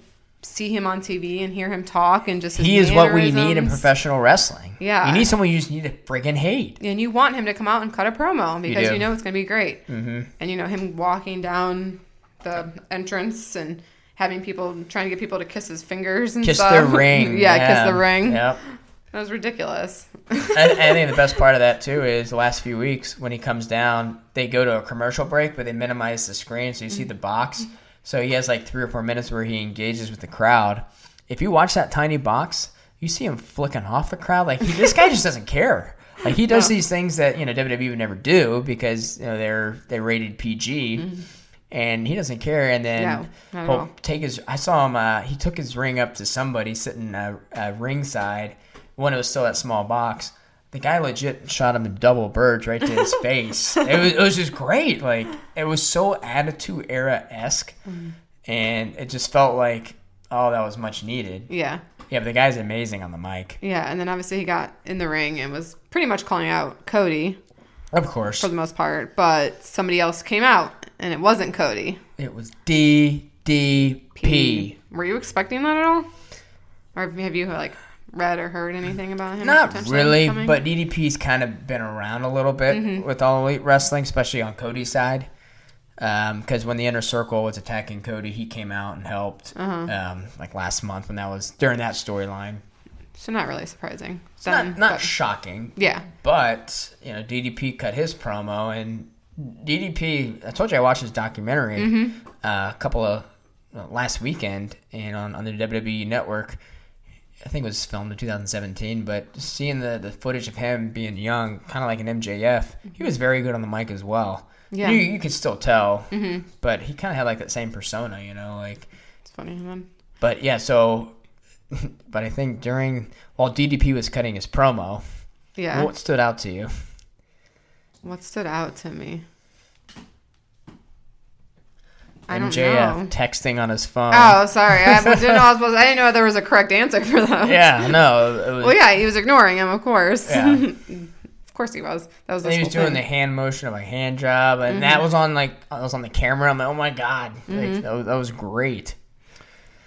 [SPEAKER 2] see him on TV and hear him talk and just his
[SPEAKER 1] He is what we need in
[SPEAKER 2] mannerisms.
[SPEAKER 1] professional wrestling.
[SPEAKER 2] Yeah.
[SPEAKER 1] You need someone you just need to friggin' hate.
[SPEAKER 2] and you want him to come out and cut a promo because
[SPEAKER 1] do.
[SPEAKER 2] you, know it's going to be great. Mm-hmm. And you know him walking down the entrance and having people trying to get people to kiss his fingers and
[SPEAKER 1] Kiss
[SPEAKER 2] stuff.
[SPEAKER 1] the ring.
[SPEAKER 2] *laughs* yeah, kiss the ring.
[SPEAKER 1] Yep.
[SPEAKER 2] That was ridiculous. *laughs*
[SPEAKER 1] and, and I think the best part of that too is the last few weeks when he comes down, they go to a commercial break, but they minimize the screen so you see the box. So he has like three or four minutes where he engages with the crowd. If you watch that tiny box, you see him flicking off the crowd. Like he, this guy just doesn't care. Like he does
[SPEAKER 2] No.
[SPEAKER 1] these things that you know WWE would never do because you know they're they rated PG. And he doesn't care. And then
[SPEAKER 2] Mm-hmm. No, not at
[SPEAKER 1] he'll
[SPEAKER 2] all.
[SPEAKER 1] take his. I saw him. Uh, he took his ring up to somebody sitting uh, uh, ringside when it was still that small box. The guy legit shot him a double birds right to his face. It was it was just great. Like it was so attitude era esque, and it just felt like oh that was much needed.
[SPEAKER 2] Yeah,
[SPEAKER 1] Yeah, but the guy's amazing on the mic,
[SPEAKER 2] yeah. And then obviously he got in the ring and was pretty much calling out Cody
[SPEAKER 1] of course.
[SPEAKER 2] for the most part, but somebody else came out and it wasn't Cody.
[SPEAKER 1] It was DDP.
[SPEAKER 2] Were you expecting that at all, or have you like read or heard anything about him?
[SPEAKER 1] Not
[SPEAKER 2] potentially
[SPEAKER 1] really,
[SPEAKER 2] coming?
[SPEAKER 1] but DDP's kind of been around a little bit with all elite wrestling, especially on Cody's side. Because when the inner circle was attacking Cody, he came out and helped. Um, like last month when that was during that storyline.
[SPEAKER 2] so not really surprising.
[SPEAKER 1] It's Not
[SPEAKER 2] Then,
[SPEAKER 1] not
[SPEAKER 2] but-
[SPEAKER 1] shocking,
[SPEAKER 2] yeah.
[SPEAKER 1] but you know DDP cut his promo and DDP. I told you I watched his documentary
[SPEAKER 2] Mm-hmm.
[SPEAKER 1] uh, a couple of uh, last weekend and on on the WWE network. I think it was filmed in 2017, but seeing the, the footage of him being young, kind of like an MJF, he was very good on the mic as well.
[SPEAKER 2] Yeah. Mm-hmm.
[SPEAKER 1] You, you could still tell, but he kind of had like that same persona, you know, like
[SPEAKER 2] It's funny. And then
[SPEAKER 1] but yeah, so *laughs* but I think during while DDP was cutting his promo,
[SPEAKER 2] yeah,
[SPEAKER 1] what stood out to you?
[SPEAKER 2] what stood out to me? I don't
[SPEAKER 1] MJF
[SPEAKER 2] know.
[SPEAKER 1] texting on his phone.
[SPEAKER 2] Oh, sorry. I didn't know I was supposed. I didn't know there was a correct answer for that.
[SPEAKER 1] Yeah, no. It was,
[SPEAKER 2] *laughs* Well, yeah, he was ignoring him, of course.
[SPEAKER 1] Yeah.
[SPEAKER 2] *laughs* of course he was. That was.
[SPEAKER 1] And
[SPEAKER 2] This
[SPEAKER 1] he was
[SPEAKER 2] whole
[SPEAKER 1] doing the
[SPEAKER 2] thing.
[SPEAKER 1] hand motion of a hand job, and
[SPEAKER 2] Mm-hmm.
[SPEAKER 1] that was on like I was on the camera. I'm like, oh my god, like, that, was, that was great.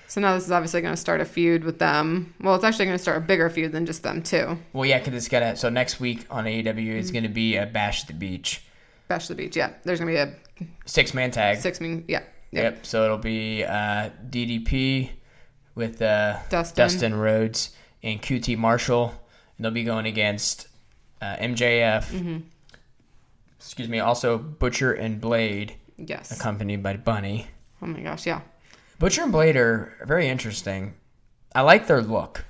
[SPEAKER 2] So now this is obviously going to start a feud with them. Well, it's actually going to start a bigger feud than just them too.
[SPEAKER 1] Well, yeah, because it's gonna. So next week on AEW, it's gonna be a Bash at the Beach
[SPEAKER 2] Bash the beach. Yeah, there's going to be
[SPEAKER 1] six man tag.
[SPEAKER 2] a six. Mean, yeah, yeah.
[SPEAKER 1] Yep. So it'll be uh, DDP with uh,
[SPEAKER 2] Dustin.
[SPEAKER 1] Dustin Rhodes and QT Marshall, and they'll be going against uh, MJF.
[SPEAKER 2] Mm-hmm.
[SPEAKER 1] Excuse me. Also, Butcher and Blade,
[SPEAKER 2] Yes.
[SPEAKER 1] accompanied by Bunny.
[SPEAKER 2] Oh my gosh. Yeah.
[SPEAKER 1] Butcher and Blade are very interesting. I like their look.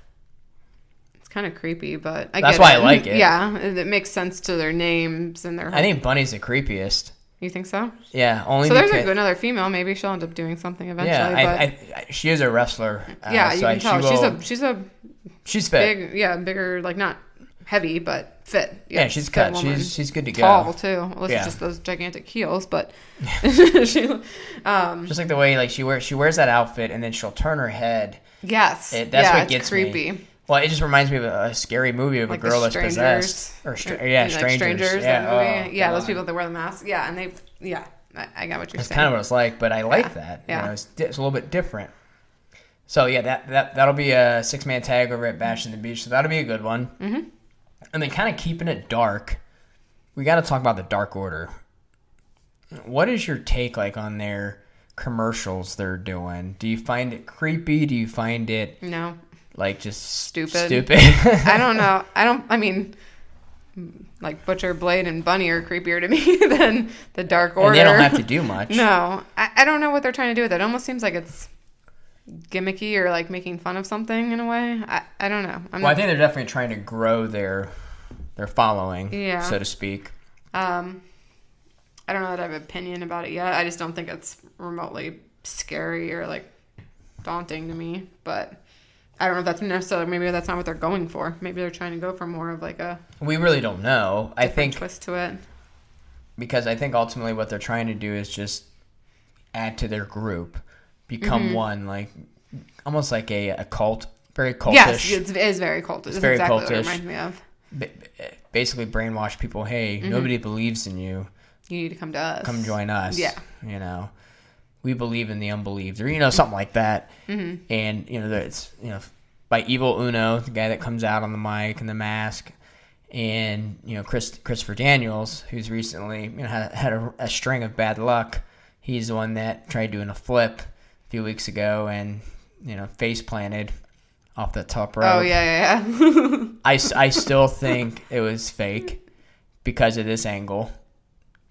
[SPEAKER 2] It's kind of creepy, but I
[SPEAKER 1] That's
[SPEAKER 2] get
[SPEAKER 1] why I like it.
[SPEAKER 2] Yeah, it it makes sense to their names and their.
[SPEAKER 1] I think Bunny's the creepiest.
[SPEAKER 2] you think so?
[SPEAKER 1] Yeah, only
[SPEAKER 2] So there's
[SPEAKER 1] because,
[SPEAKER 2] a, another female. Maybe she'll end up doing something eventually.
[SPEAKER 1] yeah. I,
[SPEAKER 2] but
[SPEAKER 1] I, I, she is a wrestler. uh,
[SPEAKER 2] yeah,
[SPEAKER 1] so
[SPEAKER 2] you
[SPEAKER 1] I-
[SPEAKER 2] can
[SPEAKER 1] she
[SPEAKER 2] tell she's
[SPEAKER 1] will-
[SPEAKER 2] a she's a
[SPEAKER 1] she's fit.
[SPEAKER 2] big yeah bigger like not heavy but fit.
[SPEAKER 1] yeah, she's
[SPEAKER 2] fit
[SPEAKER 1] cut.
[SPEAKER 2] woman.
[SPEAKER 1] She's she's good to go.
[SPEAKER 2] tall too. Unless
[SPEAKER 1] Yeah.
[SPEAKER 2] it's just those gigantic heels,
[SPEAKER 1] *laughs*
[SPEAKER 2] but *laughs* she, um,
[SPEAKER 1] Just like the way like she wears she wears that outfit and then she'll turn her head.
[SPEAKER 2] yes,
[SPEAKER 1] It, that's
[SPEAKER 2] yeah,
[SPEAKER 1] what
[SPEAKER 2] it's
[SPEAKER 1] gets
[SPEAKER 2] creepy.
[SPEAKER 1] me. Well, it just reminds me of a, a scary movie of
[SPEAKER 2] Like
[SPEAKER 1] a
[SPEAKER 2] the
[SPEAKER 1] girl that's
[SPEAKER 2] strangers,
[SPEAKER 1] possessed or stra- yeah,
[SPEAKER 2] like
[SPEAKER 1] strangers.
[SPEAKER 2] that
[SPEAKER 1] Yeah,
[SPEAKER 2] movie.
[SPEAKER 1] oh,
[SPEAKER 2] yeah, those
[SPEAKER 1] God.
[SPEAKER 2] people that wear the mask. Yeah, and they yeah, I, I got what you're
[SPEAKER 1] That's
[SPEAKER 2] saying.
[SPEAKER 1] kind of what it's like, but I like that. You
[SPEAKER 2] yeah.
[SPEAKER 1] know, it's, di- it's a little bit different. So yeah, that that that'll be a six man tag over at Bash in the Beach. So that'll be a good one. Mm-hmm. And then kind of keeping it dark, we got to talk about the Dark Order. What is your take like on their commercials they're doing? Do you find it creepy? Do you find it
[SPEAKER 2] no,
[SPEAKER 1] like just stupid?
[SPEAKER 2] Stupid.
[SPEAKER 1] Stupid. *laughs*
[SPEAKER 2] I don't know. I don't. I mean, like Butcher, Blade, and Bunny are creepier to me *laughs* than the Dark Order.
[SPEAKER 1] and they don't
[SPEAKER 2] *laughs*
[SPEAKER 1] have to do much.
[SPEAKER 2] No, I, I don't know what they're trying to do with it. It almost seems like it's gimmicky or like making fun of something in a way. I, I don't know. I'm
[SPEAKER 1] Well, I
[SPEAKER 2] not,
[SPEAKER 1] think they're definitely trying to grow their their following,
[SPEAKER 2] Yeah.
[SPEAKER 1] so to speak.
[SPEAKER 2] um, I don't know that I have an opinion about it yet. I just don't think it's remotely scary or like daunting to me. But I don't know if that's necessarily maybe that's not what they're going for. Maybe they're trying to go for more of like a
[SPEAKER 1] We really don't know. I think
[SPEAKER 2] twist to it.
[SPEAKER 1] because I think ultimately what they're trying to do is just add to their group, become one, like almost like a, a cult, very cultish.
[SPEAKER 2] Yes, it's, it is very cultish. It's
[SPEAKER 1] very
[SPEAKER 2] exactly what
[SPEAKER 1] cultish.
[SPEAKER 2] it reminds me of.
[SPEAKER 1] ba- basically brainwash people. Hey, nobody believes in you.
[SPEAKER 2] You need to come to us.
[SPEAKER 1] Come join us.
[SPEAKER 2] Yeah.
[SPEAKER 1] you know, we believe in the unbelieved, or you know, something like that. Mm-hmm. And you know, it's you know, by Evil Uno, the guy that comes out on the mic and the mask. And you know Chris Christopher Daniels, who's recently you know had, had a, a string of bad luck. He's the one that tried doing a flip a few weeks ago, and you know face planted off the top rope.
[SPEAKER 2] Oh yeah, *laughs* yeah, yeah.
[SPEAKER 1] I, s- I still think it was fake because of this angle.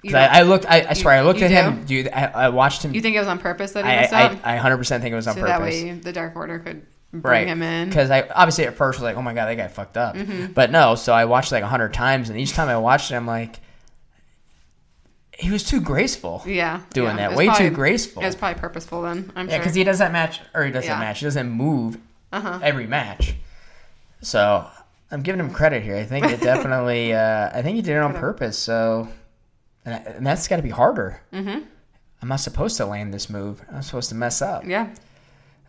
[SPEAKER 1] 'Cause
[SPEAKER 2] you,
[SPEAKER 1] I, I looked. I, I swear, I looked
[SPEAKER 2] you
[SPEAKER 1] at
[SPEAKER 2] do?
[SPEAKER 1] him. Dude, I, I watched him.
[SPEAKER 2] you think it was on purpose that he
[SPEAKER 1] I,
[SPEAKER 2] messed up,
[SPEAKER 1] I, I 100% think it was on
[SPEAKER 2] so
[SPEAKER 1] purpose.
[SPEAKER 2] that way the Dark Order could bring
[SPEAKER 1] right.
[SPEAKER 2] him in. Mm-hmm.
[SPEAKER 1] Because I obviously at first was like, oh my god, that guy fucked up. But no, so I watched like hundred times, and each time I watched it, I'm like, he was too graceful
[SPEAKER 2] Yeah,
[SPEAKER 1] doing
[SPEAKER 2] yeah. It
[SPEAKER 1] that.
[SPEAKER 2] was
[SPEAKER 1] Way
[SPEAKER 2] probably-
[SPEAKER 1] too graceful.
[SPEAKER 2] It was probably purposeful then. I'm
[SPEAKER 1] Yeah,
[SPEAKER 2] sure.
[SPEAKER 1] because he doesn't match, or he doesn't
[SPEAKER 2] Yeah.
[SPEAKER 1] match. He doesn't move
[SPEAKER 2] Uh-huh.
[SPEAKER 1] every match. So I'm giving him credit here. I think
[SPEAKER 2] *laughs*
[SPEAKER 1] it definitely. uh, I think he did it on purpose. So, and, I- and that's got to be harder. Mm-hmm. I'm not supposed to land this move. I'm supposed to mess up.
[SPEAKER 2] yeah,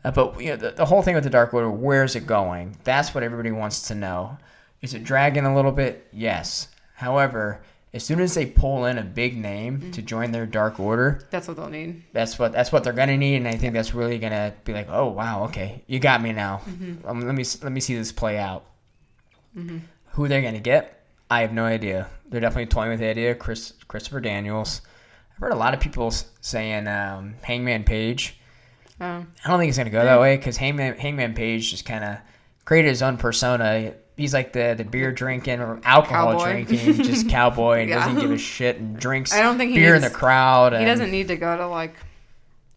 [SPEAKER 1] Uh, but you know, the, the whole thing with the Dark Order, where's it going? That's what everybody wants to know. Is it dragging a little bit? Yes. However, as soon as they pull in a big name
[SPEAKER 2] Mm-hmm.
[SPEAKER 1] to join their Dark Order,
[SPEAKER 2] that's what they'll need.
[SPEAKER 1] that's what that's what they're gonna need, and I think that's really gonna be like, oh wow, okay, you got me now.
[SPEAKER 2] Mm-hmm.
[SPEAKER 1] Um, let me s- let me see this play out. Who they're gonna get, I have no idea. They're definitely toying with the idea. Chris Christopher Daniels. I've heard a lot of people s- saying um, Hangman Page.
[SPEAKER 2] Um,
[SPEAKER 1] I don't think it's gonna go that way because Hangman Hangman Page just kind of created his own persona. He's like the, the beer drinking or alcohol
[SPEAKER 2] Cowboy.
[SPEAKER 1] drinking, just cowboy, and
[SPEAKER 2] *laughs* Yeah.
[SPEAKER 1] doesn't give a shit and drinks
[SPEAKER 2] I don't think he
[SPEAKER 1] beer in
[SPEAKER 2] needs-
[SPEAKER 1] the crowd.
[SPEAKER 2] he
[SPEAKER 1] and-
[SPEAKER 2] doesn't need to go to like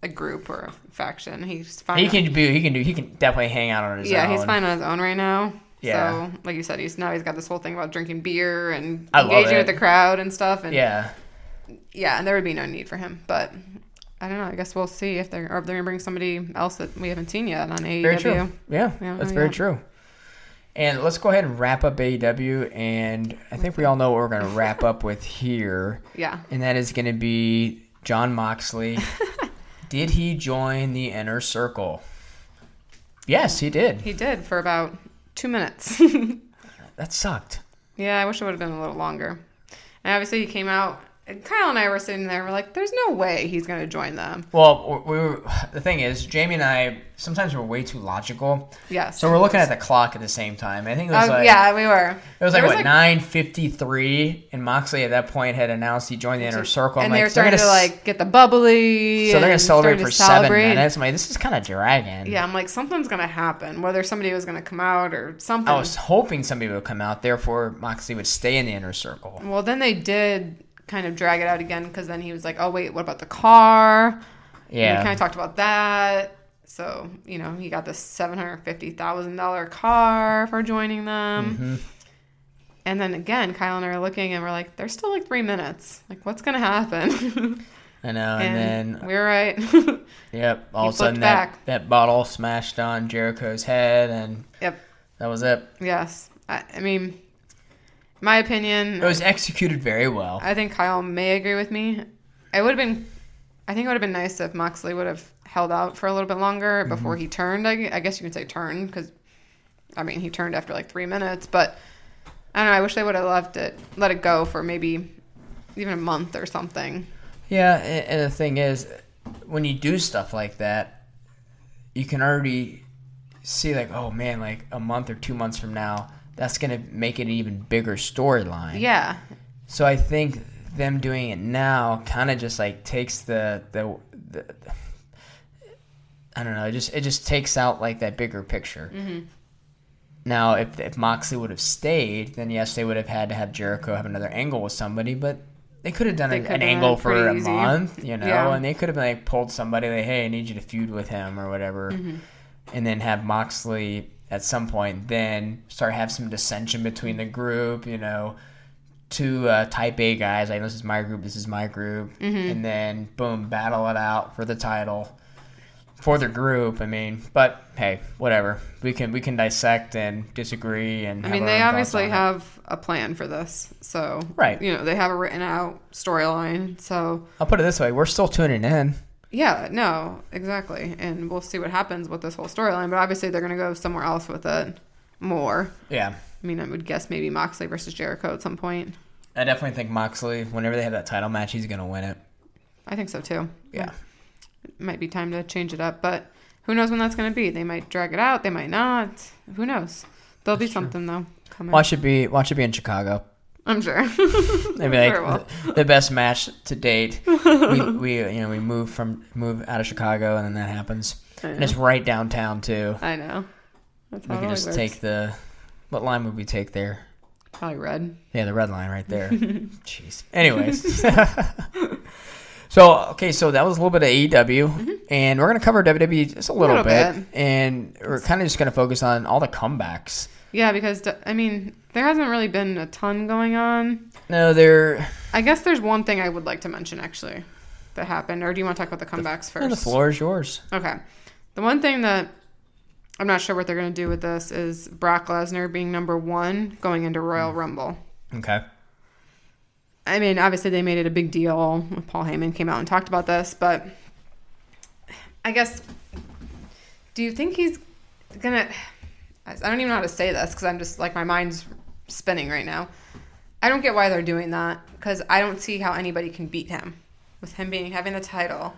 [SPEAKER 2] a group or a faction. He's fine.
[SPEAKER 1] He can do. He can do. He can definitely hang out on his
[SPEAKER 2] yeah,
[SPEAKER 1] own.
[SPEAKER 2] he's fine on his own right now.
[SPEAKER 1] Yeah.
[SPEAKER 2] So, like you said, he's now he's got this whole thing about drinking beer and
[SPEAKER 1] I love
[SPEAKER 2] engaging
[SPEAKER 1] it.
[SPEAKER 2] with the crowd and stuff. And
[SPEAKER 1] Yeah,
[SPEAKER 2] yeah, and there would be no need for him. But I don't know. I guess we'll see if they're or if they're gonna bring somebody else that we haven't seen yet on AEW.
[SPEAKER 1] very true. Yeah,
[SPEAKER 2] Yeah,
[SPEAKER 1] that's
[SPEAKER 2] oh,
[SPEAKER 1] very
[SPEAKER 2] yeah.
[SPEAKER 1] true. And let's go ahead and wrap up AEW, and I think we all know what we're going to wrap up with here,
[SPEAKER 2] *laughs* Yeah.
[SPEAKER 1] and that is going to be John
[SPEAKER 2] *laughs*
[SPEAKER 1] Moxley. did he join the inner circle? Yes, he did.
[SPEAKER 2] He did for about two minutes. *laughs*
[SPEAKER 1] That sucked.
[SPEAKER 2] yeah, I wish it would have been a little longer. And obviously, he came out. And Kyle and I were sitting there. We're like, "There's no way he's gonna join them."
[SPEAKER 1] Well, we were, the thing is, Jamie and I sometimes we're way too logical,
[SPEAKER 2] Yes.
[SPEAKER 1] so we're looking at the clock at the same time. I think it was
[SPEAKER 2] Uh,
[SPEAKER 1] like
[SPEAKER 2] yeah, we were.
[SPEAKER 1] It was like
[SPEAKER 2] There
[SPEAKER 1] what nine fifty three, and Moxley at that point had announced he joined the inner circle. I'm
[SPEAKER 2] and they were
[SPEAKER 1] like, they're
[SPEAKER 2] starting
[SPEAKER 1] gonna
[SPEAKER 2] to
[SPEAKER 1] s-
[SPEAKER 2] like get the bubbly.
[SPEAKER 1] so they're gonna
[SPEAKER 2] and
[SPEAKER 1] celebrate
[SPEAKER 2] starting
[SPEAKER 1] for
[SPEAKER 2] to
[SPEAKER 1] seven
[SPEAKER 2] celebrate.
[SPEAKER 1] minutes. I'm like, this is kind of dragging.
[SPEAKER 2] Yeah, I'm like something's gonna happen. Whether somebody was gonna come out or something.
[SPEAKER 1] I was hoping somebody would come out, therefore Moxley would stay in the inner circle.
[SPEAKER 2] Well, then they did kind of drag it out again because then he was like, "Oh wait, what about the car?" And we kind
[SPEAKER 1] Yeah,
[SPEAKER 2] of talked about that. So you know, he got this seven hundred fifty thousand dollar car for joining them.
[SPEAKER 1] Mm-hmm.
[SPEAKER 2] And then again, Kyle and I are looking, and we're like, "There's still like three minutes. Like, what's gonna happen?" *laughs*
[SPEAKER 1] I know. And, then,
[SPEAKER 2] we were right. *laughs*
[SPEAKER 1] yep, all of a
[SPEAKER 2] flipped
[SPEAKER 1] sudden that,
[SPEAKER 2] back.
[SPEAKER 1] that bottle smashed on Jericho's head, and
[SPEAKER 2] yep.
[SPEAKER 1] that was it.
[SPEAKER 2] Yes. I, I mean, my opinion.
[SPEAKER 1] It was executed very well.
[SPEAKER 2] I think Kyle may agree with me. It would have been, I think it would have been nice if Moxley would have held out for a little bit longer
[SPEAKER 1] Mm-hmm.
[SPEAKER 2] before he turned. I, gu- I guess you can say turn because, I mean, he turned after like three minutes, but I don't know. I wish they would have left it, let it go for maybe even a month or something.
[SPEAKER 1] Yeah, a- and the thing is, when you do stuff like that, you can already see like, oh man, like a month or two months from now, that's gonna make it an even bigger storyline.
[SPEAKER 2] Yeah.
[SPEAKER 1] So I think them doing it now kind of just like takes the, the the I don't know, it just it just takes out like that bigger picture.
[SPEAKER 2] Mm-hmm.
[SPEAKER 1] Now, if if Moxley would have stayed, then yes, they would have had to have Jericho have another angle with somebody, but they could have done
[SPEAKER 2] They
[SPEAKER 1] an,
[SPEAKER 2] could
[SPEAKER 1] an
[SPEAKER 2] have
[SPEAKER 1] angle
[SPEAKER 2] done it
[SPEAKER 1] for
[SPEAKER 2] pretty
[SPEAKER 1] a
[SPEAKER 2] easy.
[SPEAKER 1] month, you know,
[SPEAKER 2] Yeah.
[SPEAKER 1] and they could have like pulled somebody like, "Hey, I need you to feud with him" or whatever,
[SPEAKER 2] Mm-hmm.
[SPEAKER 1] and then have Moxley at some point, then start have some dissension between the group, you know, two uh, type A guys. Like, this is my group, this is my group.
[SPEAKER 2] Mm-hmm.
[SPEAKER 1] And then, boom, battle it out for the title for the group. I mean, but hey, whatever. We can we can dissect and disagree and.
[SPEAKER 2] I
[SPEAKER 1] have
[SPEAKER 2] mean,
[SPEAKER 1] our
[SPEAKER 2] they
[SPEAKER 1] own thoughts
[SPEAKER 2] obviously
[SPEAKER 1] on it.
[SPEAKER 2] have a plan for this. So,
[SPEAKER 1] Right.
[SPEAKER 2] You know, they have a written out storyline. So,
[SPEAKER 1] I'll put it this way: we're still tuning in.
[SPEAKER 2] yeah, no, exactly. And we'll see what happens with this whole storyline. But obviously, they're going to go somewhere else with it more.
[SPEAKER 1] Yeah,
[SPEAKER 2] I mean, I would guess maybe Moxley versus Jericho at some point.
[SPEAKER 1] I definitely think Moxley. Whenever they have that title match, he's gonna win it.
[SPEAKER 2] I think so too.
[SPEAKER 1] Yeah.
[SPEAKER 2] It might be time to change it up, but who knows when that's going to be? They might drag it out. They might not. Who knows? There'll be something though coming.
[SPEAKER 1] Why should be Why should be in
[SPEAKER 2] *laughs*
[SPEAKER 1] Chicago? *laughs*
[SPEAKER 2] I'm sure.
[SPEAKER 1] Maybe like
[SPEAKER 2] Sure will.
[SPEAKER 1] the- the best match to
[SPEAKER 2] *laughs*
[SPEAKER 1] date. we, we you know we move from move out of Chicago and then that happens,
[SPEAKER 2] I
[SPEAKER 1] and it's right downtown too.
[SPEAKER 2] I know. That's
[SPEAKER 1] We
[SPEAKER 2] how
[SPEAKER 1] can
[SPEAKER 2] it
[SPEAKER 1] just
[SPEAKER 2] works.
[SPEAKER 1] take the what line would we take there?
[SPEAKER 2] probably red.
[SPEAKER 1] Yeah, the red line right
[SPEAKER 2] *laughs*
[SPEAKER 1] there. Jeez. Anyways. *laughs* so, okay, so that was a little bit of AEW, and we're going to cover WWE just a little,
[SPEAKER 2] Mm-hmm. Little
[SPEAKER 1] bit,
[SPEAKER 2] bit.
[SPEAKER 1] and we're kind of just going to focus on all the comebacks.
[SPEAKER 2] Yeah, because d- I mean, there hasn't really been a ton going on.
[SPEAKER 1] No, they're
[SPEAKER 2] I guess there's one thing I would like to mention actually that happened. Or do you want to talk about the comebacks
[SPEAKER 1] no,
[SPEAKER 2] first?
[SPEAKER 1] the floor is yours.
[SPEAKER 2] Okay. The one thing that I'm not sure what they're going to do with this is Brock Lesnar being number one going into Royal Rumble.
[SPEAKER 1] Okay.
[SPEAKER 2] I mean, obviously they made it a big deal. Paul Heyman came out and talked about this, but I guess do you think he's gonna? I don't even know how to say this because I'm just like my mind's spinning right now. I don't get why they're doing that because I don't see how anybody can beat him with him being having the title.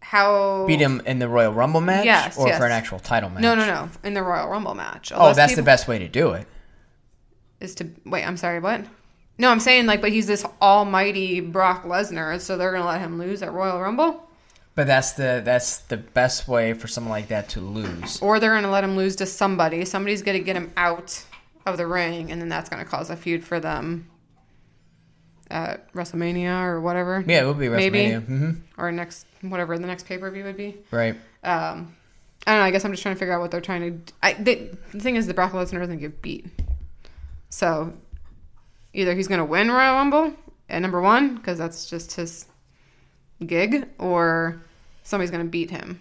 [SPEAKER 2] How
[SPEAKER 1] Beat him in the Royal Rumble match
[SPEAKER 2] Yes,
[SPEAKER 1] or
[SPEAKER 2] yes.
[SPEAKER 1] for an actual title match?
[SPEAKER 2] No, no, no. In the Royal Rumble match.
[SPEAKER 1] Oh, that's the
[SPEAKER 2] people-
[SPEAKER 1] best way to do it.
[SPEAKER 2] is to wait. I'm sorry, what? No, I'm saying like, but he's this almighty Brock Lesnar, so they're gonna let him lose at Royal Rumble,
[SPEAKER 1] But that's the that's the best way for someone like that to lose.
[SPEAKER 2] or they're gonna let him lose to somebody. Somebody's gonna get him out of the ring, and then that's gonna cause a feud for them at WrestleMania or whatever.
[SPEAKER 1] Yeah, it would be WrestleMania.
[SPEAKER 2] Maybe.
[SPEAKER 1] hmm
[SPEAKER 2] Or next, whatever the next pay per view would be.
[SPEAKER 1] Right.
[SPEAKER 2] Um, I don't know. I guess I'm just trying to figure out what they're trying to. d I the, the thing is, the Brock Lesnar doesn't get beat, so either he's going to win Royal Rumble at number one because that's just his gig, or somebody's going to beat him.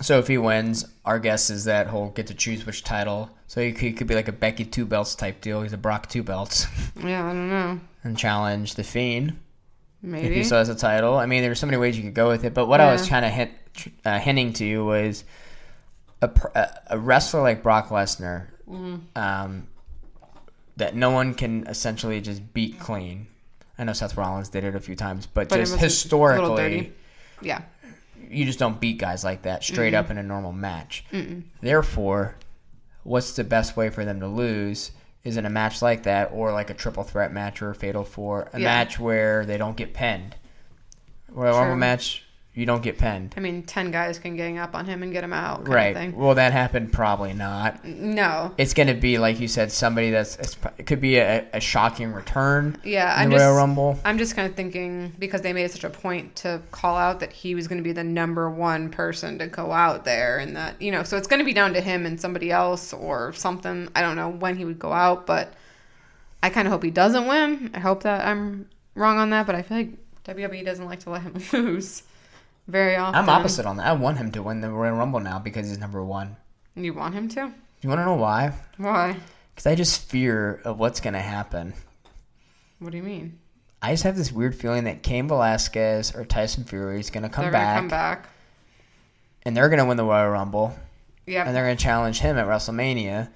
[SPEAKER 1] So if he wins, our guess is that he'll get to choose which title. So he could, he could be like a Becky two belts type deal. He's a Brock two belts
[SPEAKER 2] Yeah, I don't know.
[SPEAKER 1] *laughs* and challenge the Fiend if he
[SPEAKER 2] Maybe.
[SPEAKER 1] still has a title. I mean, there's so many ways you could go with it. But what I was
[SPEAKER 2] Yeah.
[SPEAKER 1] trying to hint, tr- uh, hinting to you was a, pr- a a wrestler like Brock Lesnar,
[SPEAKER 2] Mm-hmm.
[SPEAKER 1] um, that no one can essentially just beat clean. I know Seth Rollins did it a few times, but, just
[SPEAKER 2] But it was a little
[SPEAKER 1] historically,
[SPEAKER 2] dirty. Yeah.
[SPEAKER 1] you just don't beat guys like that straight up in a normal match. Therefore, what's the best way for them to lose is in a match like that, or like a triple threat match or a fatal four, a
[SPEAKER 2] Yeah.
[SPEAKER 1] match where they don't get pinned. Royal Rumble
[SPEAKER 2] True.
[SPEAKER 1] match, you don't get pinned.
[SPEAKER 2] I mean, ten guys can gang up on him and get him out. Kind Of
[SPEAKER 1] Right.
[SPEAKER 2] thing. Mm.
[SPEAKER 1] Will that happen? Probably not.
[SPEAKER 2] No.
[SPEAKER 1] It's going to be, like you said, somebody that's it's, pro- it could be a, a shocking return
[SPEAKER 2] Yeah,
[SPEAKER 1] in
[SPEAKER 2] I'm
[SPEAKER 1] the Royal
[SPEAKER 2] just-
[SPEAKER 1] Rumble.
[SPEAKER 2] I'm just kind of thinking because they made it such a point to call out that he was going to be the number one person to go out there, and that you know, so it's going to be down to him and somebody else or something. I don't know when he would go out, but I kind of hope he doesn't win. I hope that I'm wrong on that, but I feel like WWE doesn't like to let him *laughs* lose very often.
[SPEAKER 1] I'm opposite on that. I want him to win the Royal Rumble now because he's number one.
[SPEAKER 2] You want him to?
[SPEAKER 1] You want to know why?
[SPEAKER 2] Why?
[SPEAKER 1] Because I just fear of what's going to happen.
[SPEAKER 2] What do you mean?
[SPEAKER 1] I just have this weird feeling that Cain Velasquez or Tyson Fury is going to come
[SPEAKER 2] they're
[SPEAKER 1] back,
[SPEAKER 2] gonna come back.
[SPEAKER 1] and they're going to win the Royal Rumble and
[SPEAKER 2] Yeah.
[SPEAKER 1] they're going to challenge him at WrestleMania.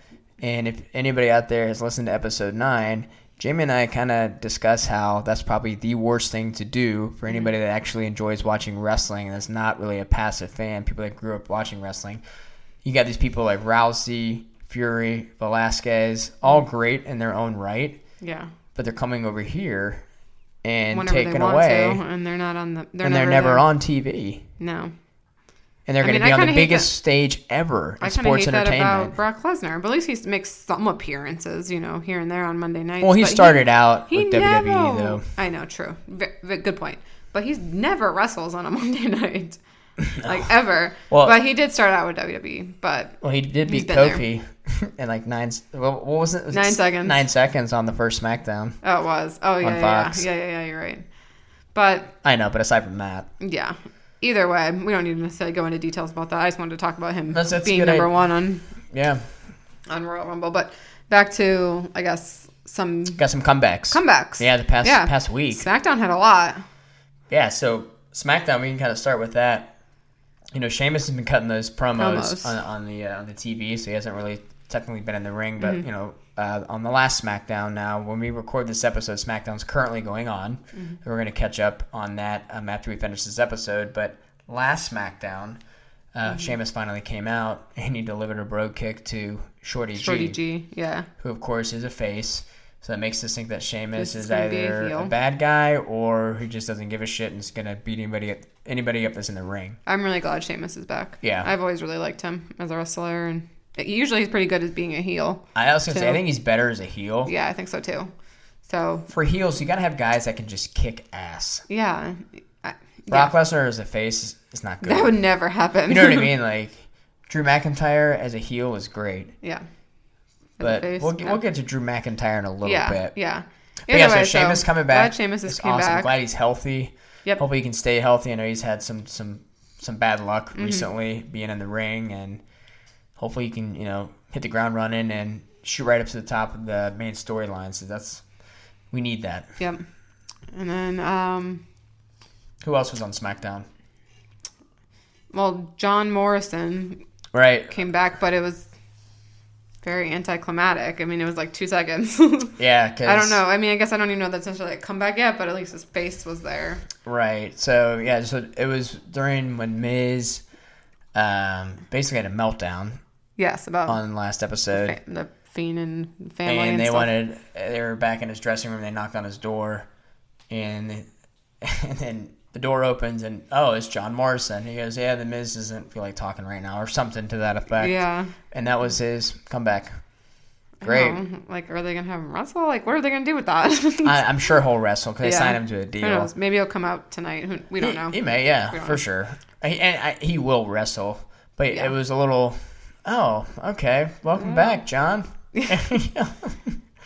[SPEAKER 1] And if anybody out there has listened to episode nine, Jamie and I kind of discuss how that's probably the worst thing to do
[SPEAKER 2] Mm-hmm.
[SPEAKER 1] for anybody that actually enjoys watching wrestling and that's not really a passive fan, people that grew up watching wrestling. You got these people like Rousey, Fury, Velasquez, all
[SPEAKER 2] Mm-hmm.
[SPEAKER 1] great in their own right,
[SPEAKER 2] Yeah.
[SPEAKER 1] but they're coming over here and
[SPEAKER 2] Whenever they
[SPEAKER 1] taken
[SPEAKER 2] want
[SPEAKER 1] away.
[SPEAKER 2] to, and they're not on the. They're
[SPEAKER 1] and
[SPEAKER 2] never
[SPEAKER 1] they're never
[SPEAKER 2] there.
[SPEAKER 1] on TV,
[SPEAKER 2] No.
[SPEAKER 1] and they're
[SPEAKER 2] I
[SPEAKER 1] going
[SPEAKER 2] mean,
[SPEAKER 1] to be
[SPEAKER 2] I
[SPEAKER 1] on the
[SPEAKER 2] kinda hate
[SPEAKER 1] biggest stage ever in
[SPEAKER 2] I kind of
[SPEAKER 1] sports
[SPEAKER 2] hate that
[SPEAKER 1] entertainment.
[SPEAKER 2] about Brock Lesnar, but at least he makes some appearances, you know, here and there on Monday nights.
[SPEAKER 1] well, he
[SPEAKER 2] But
[SPEAKER 1] started out
[SPEAKER 2] he
[SPEAKER 1] with WWE
[SPEAKER 2] never-
[SPEAKER 1] though.
[SPEAKER 2] I know, true, v- v- good point. But he's never wrestles on a *laughs*
[SPEAKER 1] *laughs*
[SPEAKER 2] Monday night, like ever.
[SPEAKER 1] Well-
[SPEAKER 2] but he did start out with WWE. But
[SPEAKER 1] Well, he did
[SPEAKER 2] He's
[SPEAKER 1] beat
[SPEAKER 2] been there.
[SPEAKER 1] Kofi. *laughs* in like nine. What what was it?
[SPEAKER 2] Nine seconds.
[SPEAKER 1] Nine seconds on the first SmackDown.
[SPEAKER 2] Oh, it was. Oh, yeah, yeah,
[SPEAKER 1] Fox.
[SPEAKER 2] yeah, yeah, yeah. You're right. But
[SPEAKER 1] I know, but aside from that,
[SPEAKER 2] yeah. Either way, we don't need to necessarily go into details about that. I just wanted to talk about him
[SPEAKER 1] That's- that's a
[SPEAKER 2] being
[SPEAKER 1] good
[SPEAKER 2] number
[SPEAKER 1] idea.
[SPEAKER 2] one on
[SPEAKER 1] yeah,
[SPEAKER 2] on Royal Rumble. But back to I guess some
[SPEAKER 1] got some comebacks.
[SPEAKER 2] comebacks.
[SPEAKER 1] Yeah, the past
[SPEAKER 2] Yeah.
[SPEAKER 1] past week.
[SPEAKER 2] SmackDown had a lot.
[SPEAKER 1] Yeah, so SmackDown, we can kind of start with that. You know, Sheamus has been cutting those promos,
[SPEAKER 2] Promos.
[SPEAKER 1] On, on the uh, on the TV, so he hasn't really technically been in the ring. But
[SPEAKER 2] Mm-hmm.
[SPEAKER 1] you know, uh, on the last SmackDown, now when we record this episode, SmackDown's currently going on.
[SPEAKER 2] Mm-hmm.
[SPEAKER 1] We're going to catch up on that um, after we finish this episode. But last SmackDown, uh,
[SPEAKER 2] Mm-hmm.
[SPEAKER 1] Sheamus finally came out and he delivered a bro kick to Shorty,
[SPEAKER 2] Shorty
[SPEAKER 1] G
[SPEAKER 2] G, yeah.
[SPEAKER 1] who of course is a face. So that makes us think that Sheamus
[SPEAKER 2] This is
[SPEAKER 1] is
[SPEAKER 2] gonna be a
[SPEAKER 1] either a,
[SPEAKER 2] heel.
[SPEAKER 1] bad guy or who just doesn't give a shit and is gonna beat anybody up, anybody up that's in the ring.
[SPEAKER 2] I'm really glad Sheamus is back.
[SPEAKER 1] Yeah.
[SPEAKER 2] I've always really liked him as a wrestler, and usually he's pretty good at being a heel.
[SPEAKER 1] I also say I
[SPEAKER 2] True.
[SPEAKER 1] think he's better as a heel.
[SPEAKER 2] Yeah, I think so too. So
[SPEAKER 1] For heels, you gotta have guys that can just kick ass.
[SPEAKER 2] yeah, I, yeah.
[SPEAKER 1] Brock Lesnar as a face is, is not good.
[SPEAKER 2] that would never happen.
[SPEAKER 1] you know what
[SPEAKER 2] *laughs*
[SPEAKER 1] I mean? Like Drew McIntyre as a heel is great,
[SPEAKER 2] yeah, As a
[SPEAKER 1] but
[SPEAKER 2] face,
[SPEAKER 1] we'll, get
[SPEAKER 2] no.
[SPEAKER 1] we'll get to Drew McIntyre in a little
[SPEAKER 2] yeah,
[SPEAKER 1] bit.
[SPEAKER 2] yeah.
[SPEAKER 1] But yeah,
[SPEAKER 2] Either
[SPEAKER 1] so
[SPEAKER 2] way,
[SPEAKER 1] Sheamus coming back.
[SPEAKER 2] Glad Sheamus has
[SPEAKER 1] is
[SPEAKER 2] came
[SPEAKER 1] awesome.
[SPEAKER 2] back.
[SPEAKER 1] Glad he's healthy.
[SPEAKER 2] Yep.
[SPEAKER 1] Hopefully he can stay healthy. I know he's had some some some bad luck
[SPEAKER 2] Mm-hmm.
[SPEAKER 1] recently being in the ring, and hopefully he can you know hit the ground running and shoot right up to the top of the main storyline. So that's we need that.
[SPEAKER 2] Yep. And then, um,
[SPEAKER 1] Who else was on SmackDown?
[SPEAKER 2] well, John Morrison
[SPEAKER 1] Right.
[SPEAKER 2] came back, but it was very anticlimactic. I mean, it was like two seconds. *laughs*
[SPEAKER 1] Yeah. 'cause-
[SPEAKER 2] I don't know. I mean, I guess I don't even know if that's necessarily a comeback yet, but at least his face was there.
[SPEAKER 1] Right. So yeah, so it was during when Miz um, basically had a meltdown
[SPEAKER 2] Yes, about
[SPEAKER 1] on the last episode.
[SPEAKER 2] fa- the fiend and family and,
[SPEAKER 1] and they
[SPEAKER 2] stuff.
[SPEAKER 1] wanted they were back in his dressing room they knocked on his door and *laughs* and then the door opens and oh it's john morrison he goes yeah the miz doesn't feel like talking right now or something to that effect
[SPEAKER 2] yeah.
[SPEAKER 1] and that was his comeback
[SPEAKER 2] I
[SPEAKER 1] great
[SPEAKER 2] know. Like, are they gonna have him wrestle? Like, what are they gonna do with that? *laughs*
[SPEAKER 1] I, i'm sure he'll wrestle because they
[SPEAKER 2] Yeah.
[SPEAKER 1] signed him to a
[SPEAKER 2] Who
[SPEAKER 1] deal
[SPEAKER 2] knows? Maybe he'll come out tonight. Who- We don't know.
[SPEAKER 1] He, he may, yeah,
[SPEAKER 2] We don't
[SPEAKER 1] for
[SPEAKER 2] know.
[SPEAKER 1] sure. I, and I, he will wrestle, but
[SPEAKER 2] Yeah.
[SPEAKER 1] it
[SPEAKER 2] Mm.
[SPEAKER 1] was a little. Oh, okay. Welcome back, John.
[SPEAKER 2] *laughs*
[SPEAKER 1] *laughs*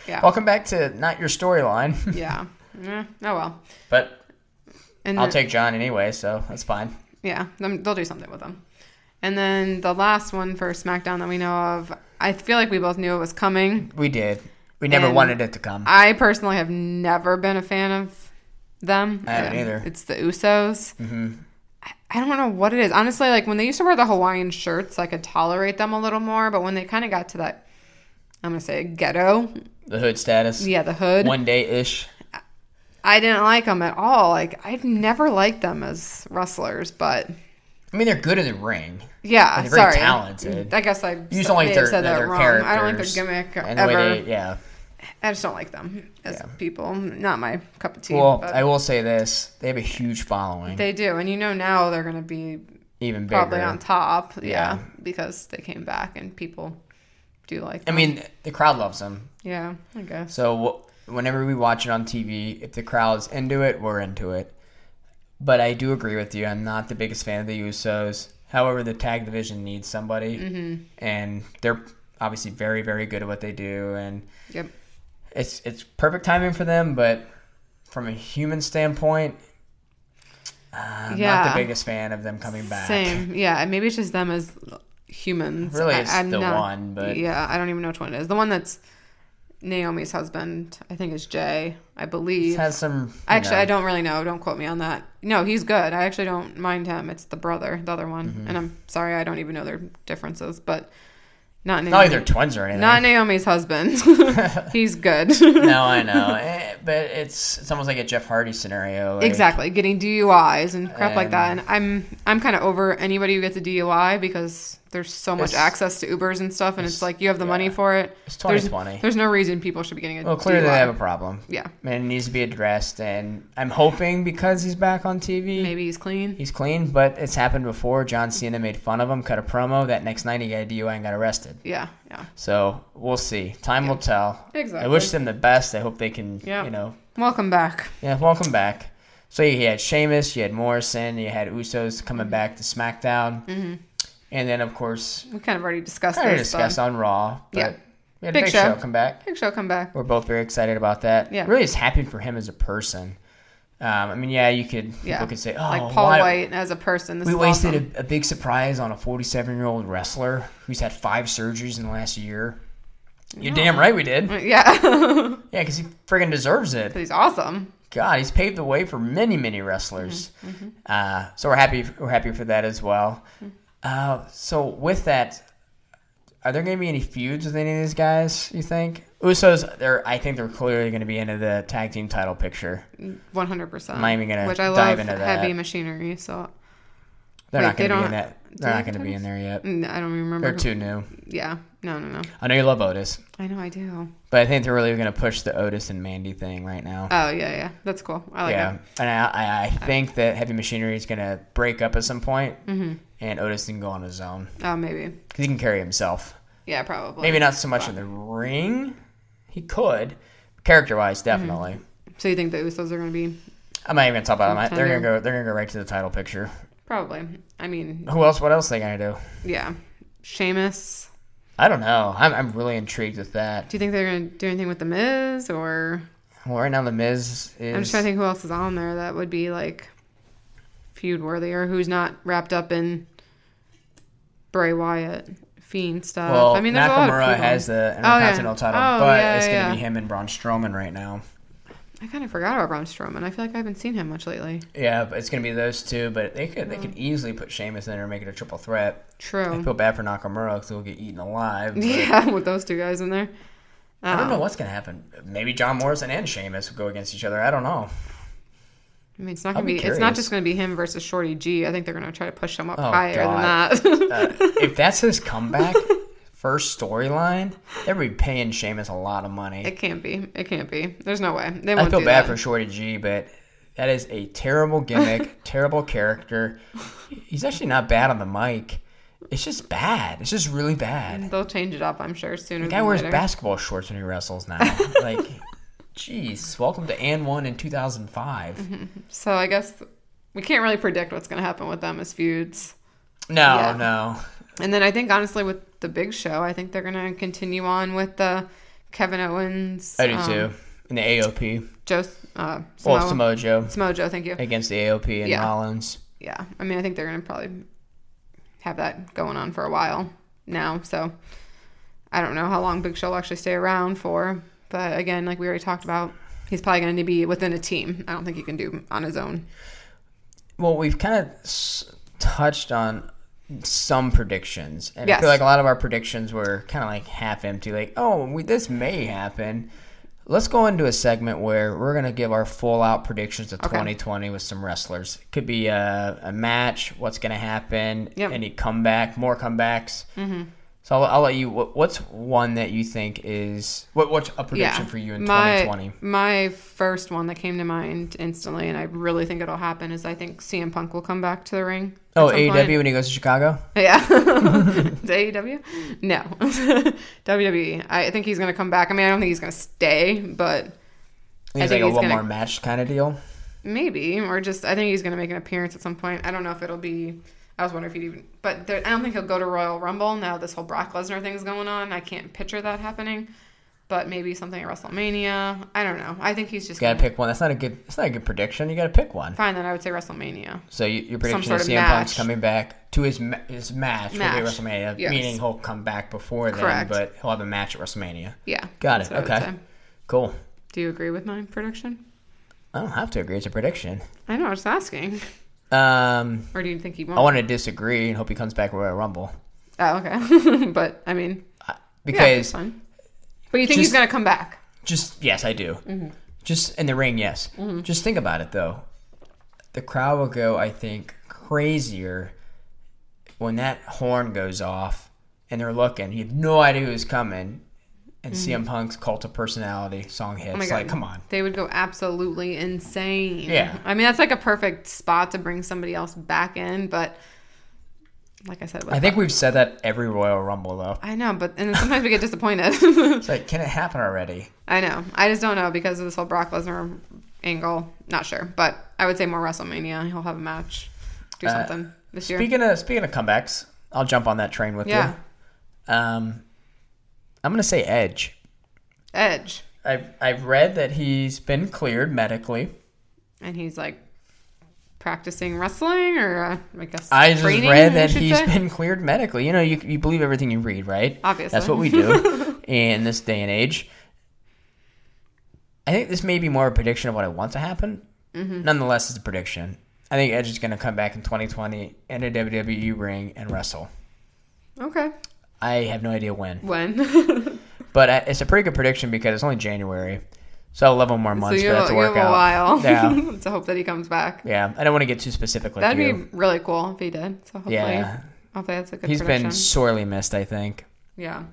[SPEAKER 2] Yeah.
[SPEAKER 1] Welcome back to not your storyline, *laughs*
[SPEAKER 2] yeah. Yeah. Oh well.
[SPEAKER 1] but
[SPEAKER 2] And
[SPEAKER 1] I'll
[SPEAKER 2] the-
[SPEAKER 1] take John anyway, so that's fine.
[SPEAKER 2] Yeah, them- they'll do something with them. And then the last one for SmackDown that we know of, I feel like we both knew it was coming.
[SPEAKER 1] We did. We never
[SPEAKER 2] And
[SPEAKER 1] wanted it to come.
[SPEAKER 2] I personally have never been a fan of them.
[SPEAKER 1] I haven't
[SPEAKER 2] Um,
[SPEAKER 1] either.
[SPEAKER 2] It's the Usos. Mm-hmm. I don't know what it is. Honestly, like when they used to wear the Hawaiian shirts, I could tolerate them a little more. But when they kind of got to that, I'm going to say ghetto,
[SPEAKER 1] the hood status.
[SPEAKER 2] yeah, the hood,
[SPEAKER 1] One day ish.
[SPEAKER 2] I didn't like them at all. Like I've never liked them as wrestlers, but
[SPEAKER 1] I mean, they're good in the ring.
[SPEAKER 2] Yeah,
[SPEAKER 1] They're very
[SPEAKER 2] sorry.
[SPEAKER 1] talented.
[SPEAKER 2] I guess I
[SPEAKER 1] You
[SPEAKER 2] s-
[SPEAKER 1] just don't like
[SPEAKER 2] may have
[SPEAKER 1] their,
[SPEAKER 2] said that
[SPEAKER 1] their
[SPEAKER 2] wrong.
[SPEAKER 1] characters.
[SPEAKER 2] I don't like their gimmick
[SPEAKER 1] and the way
[SPEAKER 2] ever.
[SPEAKER 1] they- yeah.
[SPEAKER 2] I just don't like them as
[SPEAKER 1] Yeah.
[SPEAKER 2] people. Not my cup of tea.
[SPEAKER 1] Well,
[SPEAKER 2] but
[SPEAKER 1] I will say this: they have a huge following,
[SPEAKER 2] they do, and you know now they're going to be
[SPEAKER 1] even bigger.
[SPEAKER 2] probably on top. Yeah,
[SPEAKER 1] Yeah.
[SPEAKER 2] because they came back and people do like.
[SPEAKER 1] I
[SPEAKER 2] them.
[SPEAKER 1] mean, the crowd loves them.
[SPEAKER 2] yeah, I guess.
[SPEAKER 1] So wh- whenever we watch it on TV, if the crowd's into it, we're into it. But I do agree with you. I'm not the biggest fan of the Usos. However, the tag division needs somebody,
[SPEAKER 2] Mm-hmm.
[SPEAKER 1] and they're obviously very, very good at what they do. And
[SPEAKER 2] Yep.
[SPEAKER 1] it's it's perfect timing for them, but from a human standpoint, uh, I'm not
[SPEAKER 2] Yeah.
[SPEAKER 1] the biggest fan of them coming back.
[SPEAKER 2] Same. Yeah, and maybe it's just them as humans.
[SPEAKER 1] Really,
[SPEAKER 2] I-
[SPEAKER 1] it's the one, but-
[SPEAKER 2] yeah, I don't even know which one it is. The one that's Naomi's husband, I think, is Jay. I believe.
[SPEAKER 1] It has some. you
[SPEAKER 2] Actually,
[SPEAKER 1] know,
[SPEAKER 2] I don't really know. Don't quote me on that. No, he's good. I actually don't mind him. It's the brother, the other one.
[SPEAKER 1] Mm-hmm.
[SPEAKER 2] And I'm sorry, I don't even know their differences, but not Naomi.
[SPEAKER 1] Not like they're twins or anything.
[SPEAKER 2] Not
[SPEAKER 1] *laughs*
[SPEAKER 2] Naomi's husband. he's good.
[SPEAKER 1] no, I know, *laughs* Eh, but it's it's almost like a Jeff Hardy scenario. like-
[SPEAKER 2] exactly. Getting DUIs and crap like that.
[SPEAKER 1] And-
[SPEAKER 2] And I'm I'm kind of over anybody who gets a DUI because there's so much
[SPEAKER 1] It's-
[SPEAKER 2] access to Ubers and stuff, and it's like you have the money
[SPEAKER 1] yeah.
[SPEAKER 2] for it.
[SPEAKER 1] It's
[SPEAKER 2] There's-
[SPEAKER 1] 2020.
[SPEAKER 2] There's, no reason people should be getting a
[SPEAKER 1] Well, clearly
[SPEAKER 2] DUI.
[SPEAKER 1] they have a problem.
[SPEAKER 2] yeah,
[SPEAKER 1] And it needs to be addressed. And I'm hoping because he's back on TV,
[SPEAKER 2] maybe he's clean.
[SPEAKER 1] he's clean. But it's happened before. John Cena made fun of him, cut a promo. That next night he got a DUI and got arrested.
[SPEAKER 2] Yeah, yeah.
[SPEAKER 1] So we'll see. Time will tell. I
[SPEAKER 2] Exactly.
[SPEAKER 1] wish them the best. I hope they can,
[SPEAKER 2] Yeah.
[SPEAKER 1] you know,
[SPEAKER 2] Welcome back.
[SPEAKER 1] yeah, welcome back.
[SPEAKER 2] Mm-hmm.
[SPEAKER 1] So you had Sheamus, you had Morrison, you had Usos coming back to SmackDown. And then, of course,
[SPEAKER 2] We kind of already discussed
[SPEAKER 1] I already
[SPEAKER 2] this.
[SPEAKER 1] discussed on Raw. But
[SPEAKER 2] Yeah.
[SPEAKER 1] We had
[SPEAKER 2] Big
[SPEAKER 1] a big show.
[SPEAKER 2] Show.
[SPEAKER 1] come back.
[SPEAKER 2] Big Show come back.
[SPEAKER 1] We're both very excited about that.
[SPEAKER 2] Yeah.
[SPEAKER 1] Really just happy for him as a person. Um, I mean, yeah, you could,
[SPEAKER 2] Yeah.
[SPEAKER 1] people could say, oh,
[SPEAKER 2] like Paul
[SPEAKER 1] why-
[SPEAKER 2] White as a person. This
[SPEAKER 1] we
[SPEAKER 2] is
[SPEAKER 1] wasted
[SPEAKER 2] awesome.
[SPEAKER 1] a, a big surprise on a 47 year old wrestler who's had five surgeries in the last year. You're damn right we did.
[SPEAKER 2] *laughs* Yeah. 'Cause
[SPEAKER 1] Yeah, because he friggin' deserves it.
[SPEAKER 2] he's awesome.
[SPEAKER 1] God, he's paved the way for many, many wrestlers.
[SPEAKER 2] Mm-hmm,
[SPEAKER 1] Uh, so we're happy. We're happy for that as well. Uh, so with that, are there going to be any feuds with any of these guys? You think Usos? They're. I think they're clearly going to be into the tag team title picture.
[SPEAKER 2] 100%.
[SPEAKER 1] I'm not even gonna
[SPEAKER 2] Which I
[SPEAKER 1] dive
[SPEAKER 2] love
[SPEAKER 1] into that.
[SPEAKER 2] heavy machinery, so
[SPEAKER 1] They're
[SPEAKER 2] Wait,
[SPEAKER 1] not going to
[SPEAKER 2] they
[SPEAKER 1] be
[SPEAKER 2] don't-
[SPEAKER 1] in that. They're
[SPEAKER 2] do
[SPEAKER 1] not
[SPEAKER 2] they
[SPEAKER 1] going to be in there yet.
[SPEAKER 2] Mm, I don't remember.
[SPEAKER 1] They're
[SPEAKER 2] who-
[SPEAKER 1] too new.
[SPEAKER 2] Yeah. No, no, no.
[SPEAKER 1] I know you love Otis,
[SPEAKER 2] I know I do.
[SPEAKER 1] but I think they're really going to push the Otis and Mandy thing right now.
[SPEAKER 2] Oh, yeah, yeah. That's cool. I like
[SPEAKER 1] yeah,
[SPEAKER 2] that.
[SPEAKER 1] and I, I, I think that Heavy Machinery is going to break up at some point,
[SPEAKER 2] Mm-hmm.
[SPEAKER 1] and Otis can go on his own
[SPEAKER 2] Oh, maybe.
[SPEAKER 1] because he can carry himself.
[SPEAKER 2] Yeah, probably.
[SPEAKER 1] Maybe not so much in the ring. He could, character
[SPEAKER 2] Mm-hmm.
[SPEAKER 1] wise, definitely.
[SPEAKER 2] So you think the Usos are going to be?
[SPEAKER 1] I'm not even gonna talk about them. I- They're gonna
[SPEAKER 2] Contender.
[SPEAKER 1] go. They're gonna go right to the title picture.
[SPEAKER 2] Probably. I mean,
[SPEAKER 1] Who else? What else they gonna do?
[SPEAKER 2] yeah. Sheamus.
[SPEAKER 1] I don't know. I'm, I'm really intrigued with that.
[SPEAKER 2] Do you think they're going to do anything with the Miz or?
[SPEAKER 1] Well, right now the Miz is.
[SPEAKER 2] I'm just trying to think who else is on there that would be like feud worthy or who's not wrapped up in Bray Wyatt fiend stuff.
[SPEAKER 1] well,
[SPEAKER 2] I mean, there's a lot
[SPEAKER 1] Nakamura
[SPEAKER 2] of people.
[SPEAKER 1] has the
[SPEAKER 2] yeah.
[SPEAKER 1] Intercontinental title,
[SPEAKER 2] Oh,
[SPEAKER 1] but
[SPEAKER 2] yeah,
[SPEAKER 1] it's gonna
[SPEAKER 2] yeah.
[SPEAKER 1] be him and Braun Strowman right now.
[SPEAKER 2] I kind of forgot about Braun Strowman. I feel like I haven't seen him much lately.
[SPEAKER 1] Yeah, but it's gonna be those two. But they could they
[SPEAKER 2] Mm.
[SPEAKER 1] could easily put Sheamus in there and make it a triple threat. I
[SPEAKER 2] *laughs* True.
[SPEAKER 1] feel bad for Nakamura because he'll get eaten
[SPEAKER 2] *laughs*
[SPEAKER 1] alive. but
[SPEAKER 2] Yeah, with those two guys in there. Oh,
[SPEAKER 1] I don't know
[SPEAKER 2] Um,
[SPEAKER 1] what's gonna happen. Maybe John Morrison and Sheamus will go against each other. I don't know.
[SPEAKER 2] I mean, it's not
[SPEAKER 1] I'll
[SPEAKER 2] gonna
[SPEAKER 1] be
[SPEAKER 2] be. It's not
[SPEAKER 1] curious.
[SPEAKER 2] just gonna be him versus Shorty G. I think they're gonna try to push him up
[SPEAKER 1] Oh,
[SPEAKER 2] higher
[SPEAKER 1] *laughs*
[SPEAKER 2] than
[SPEAKER 1] Uh,
[SPEAKER 2] that.
[SPEAKER 1] if that's his comeback, first storyline, they'd be paying Sheamus a lot of money.
[SPEAKER 2] *laughs* it can't be. It can't be. There's no way. They won't
[SPEAKER 1] I feel
[SPEAKER 2] do
[SPEAKER 1] bad
[SPEAKER 2] that.
[SPEAKER 1] for Shorty G, but that is a terrible
[SPEAKER 2] *laughs*
[SPEAKER 1] gimmick, terrible character. He's actually not bad on the mic. It's just bad. It's just really bad.
[SPEAKER 2] They'll change it up, I'm sure, sooner.
[SPEAKER 1] The guy
[SPEAKER 2] than
[SPEAKER 1] wears
[SPEAKER 2] later.
[SPEAKER 1] basketball shorts when he wrestles
[SPEAKER 2] *laughs*
[SPEAKER 1] now. like, jeez, welcome to and one in 2005.
[SPEAKER 2] Mm-hmm. So I guess we can't really predict what's gonna happen with them as feuds.
[SPEAKER 1] No,
[SPEAKER 2] Yeah.
[SPEAKER 1] no.
[SPEAKER 2] And then I think honestly with the Big Show, I think they're gonna continue on with the Kevin Owens.
[SPEAKER 1] I do
[SPEAKER 2] um,
[SPEAKER 1] too. In the AOP.
[SPEAKER 2] Joe, uh,
[SPEAKER 1] Well, Samoa
[SPEAKER 2] Samoa,
[SPEAKER 1] Joe
[SPEAKER 2] Samoa Joe, thank you.
[SPEAKER 1] against the AOP and
[SPEAKER 2] Yeah.
[SPEAKER 1] Rollins.
[SPEAKER 2] yeah, I mean, I think they're going to probably have that going on for a while now. So I don't know how long Big Show will actually stay around for. But again, like we already talked about, he's probably going to be within a team. I don't think he can do on his own.
[SPEAKER 1] Well, we've kind of s- touched on some predictions, and I
[SPEAKER 2] Yes.
[SPEAKER 1] feel like a lot of our predictions were kind of like half empty. Like, oh, we, this may happen. Let's go into a segment where we're gonna give our full out predictions of 2020 with some wrestlers. Could be a, a match, what's gonna happen,
[SPEAKER 2] Yep.
[SPEAKER 1] any comeback, more comebacks. Mm-hmm. So I'll, I'll let you. What, what's one that you think is what? What's a prediction
[SPEAKER 2] yeah.
[SPEAKER 1] for you in
[SPEAKER 2] my,
[SPEAKER 1] 2020?
[SPEAKER 2] My first one that came to mind instantly, and I really think it'll happen, is I think CM Punk will come back to the ring. at
[SPEAKER 1] Oh,
[SPEAKER 2] some
[SPEAKER 1] AEW
[SPEAKER 2] point.
[SPEAKER 1] when he goes to Chicago.
[SPEAKER 2] *laughs* Yeah. The AEW? E No. *laughs* WWE. I think he's going to come back. I mean, I don't think he's going to stay, but
[SPEAKER 1] He's
[SPEAKER 2] think
[SPEAKER 1] like a
[SPEAKER 2] he's
[SPEAKER 1] one
[SPEAKER 2] gonna-
[SPEAKER 1] more match kind of deal.
[SPEAKER 2] maybe. Or just, I think he's going to make an appearance at some point. I don't know if it'll be. I was wondering if he'd even. But there, I don't think he'll go to Royal Rumble now this whole Brock Lesnar thing's going on. I can't picture that happening. But maybe something at WrestleMania. I don't know. I think he's just
[SPEAKER 1] You
[SPEAKER 2] going
[SPEAKER 1] gotta pick one. That's not a good. That's not a good prediction. You gotta pick one.
[SPEAKER 2] Fine, then I would say WrestleMania.
[SPEAKER 1] So you, your prediction
[SPEAKER 2] sort
[SPEAKER 1] is
[SPEAKER 2] of
[SPEAKER 1] CM Punk's
[SPEAKER 2] match.
[SPEAKER 1] coming back to his ma- his match,
[SPEAKER 2] Match.
[SPEAKER 1] will be WrestleMania,
[SPEAKER 2] Yes.
[SPEAKER 1] meaning he'll come back before then,
[SPEAKER 2] Correct.
[SPEAKER 1] but he'll have a match at WrestleMania.
[SPEAKER 2] Yeah.
[SPEAKER 1] Got
[SPEAKER 2] that's
[SPEAKER 1] it.
[SPEAKER 2] what I would
[SPEAKER 1] Okay,
[SPEAKER 2] say.
[SPEAKER 1] cool.
[SPEAKER 2] Do you agree with my prediction?
[SPEAKER 1] I don't have to agree. It's a prediction.
[SPEAKER 2] I know. I was just asking.
[SPEAKER 1] Um,
[SPEAKER 2] Or do you think he won't?
[SPEAKER 1] I want to disagree and hope he comes back with a Rumble
[SPEAKER 2] Oh, okay. *laughs* but I mean,
[SPEAKER 1] I-
[SPEAKER 2] yeah, it's
[SPEAKER 1] because
[SPEAKER 2] fine. But you think he's
[SPEAKER 1] just-
[SPEAKER 2] gonna come back?
[SPEAKER 1] just yes, I do.
[SPEAKER 2] Mm-hmm.
[SPEAKER 1] Just in the ring, yes. Just think about it though. The crowd will go, I think, crazier when that horn goes off and they're looking. You have no idea who's coming. And CM Punk's cult of personality song hits.
[SPEAKER 2] Mm-hmm. Oh my
[SPEAKER 1] like,
[SPEAKER 2] God.
[SPEAKER 1] come on.
[SPEAKER 2] They would go absolutely insane.
[SPEAKER 1] Yeah.
[SPEAKER 2] I mean, that's like a perfect spot to bring somebody else back in, but like I said, with
[SPEAKER 1] I think we've said that every Royal Rumble though.
[SPEAKER 2] I know, but and then sometimes we
[SPEAKER 1] *laughs*
[SPEAKER 2] get disappointed.
[SPEAKER 1] It's like, can it happen already?
[SPEAKER 2] I know. I just don't know because of this whole Brock Lesnar angle. Not sure, but I would say more WrestleMania. He'll have a match, do
[SPEAKER 1] Uh,
[SPEAKER 2] something this year.
[SPEAKER 1] Speaking of speaking of comebacks, I'll jump on that train with
[SPEAKER 2] Yeah.
[SPEAKER 1] you. Um, I'm gonna say Edge.
[SPEAKER 2] Edge.
[SPEAKER 1] I've I've read that he's been cleared medically.
[SPEAKER 2] And he's like practicing wrestling or uh, I guess
[SPEAKER 1] I just
[SPEAKER 2] training,
[SPEAKER 1] read
[SPEAKER 2] I
[SPEAKER 1] that
[SPEAKER 2] should
[SPEAKER 1] he's
[SPEAKER 2] say.
[SPEAKER 1] been cleared medically. You know, you you believe everything you read, right?
[SPEAKER 2] Obviously.
[SPEAKER 1] that's what we
[SPEAKER 2] *laughs*
[SPEAKER 1] do in this day and age. I think this may be more a prediction of what I want to happen.
[SPEAKER 2] Mm-hmm.
[SPEAKER 1] Nonetheless, it's a prediction. I think Edge is going to come back in 2020 in a WWE E ring and wrestle. *laughs*
[SPEAKER 2] Okay. *laughs*
[SPEAKER 1] I have no idea when,
[SPEAKER 2] When?
[SPEAKER 1] but I, it's a pretty good prediction because it's only January, so I'll 11 more
[SPEAKER 2] so
[SPEAKER 1] months
[SPEAKER 2] you
[SPEAKER 1] for that
[SPEAKER 2] have,
[SPEAKER 1] to
[SPEAKER 2] you
[SPEAKER 1] work
[SPEAKER 2] have a
[SPEAKER 1] out.
[SPEAKER 2] while
[SPEAKER 1] Yeah,
[SPEAKER 2] *laughs* to hope that he comes back.
[SPEAKER 1] yeah. I don't want to get too specific with
[SPEAKER 2] That'd
[SPEAKER 1] you.
[SPEAKER 2] be really cool if he did. So hopefully,
[SPEAKER 1] yeah,
[SPEAKER 2] hopefully that's a good.
[SPEAKER 1] he's
[SPEAKER 2] prediction.
[SPEAKER 1] been sorely missed. I think.
[SPEAKER 2] Yeah.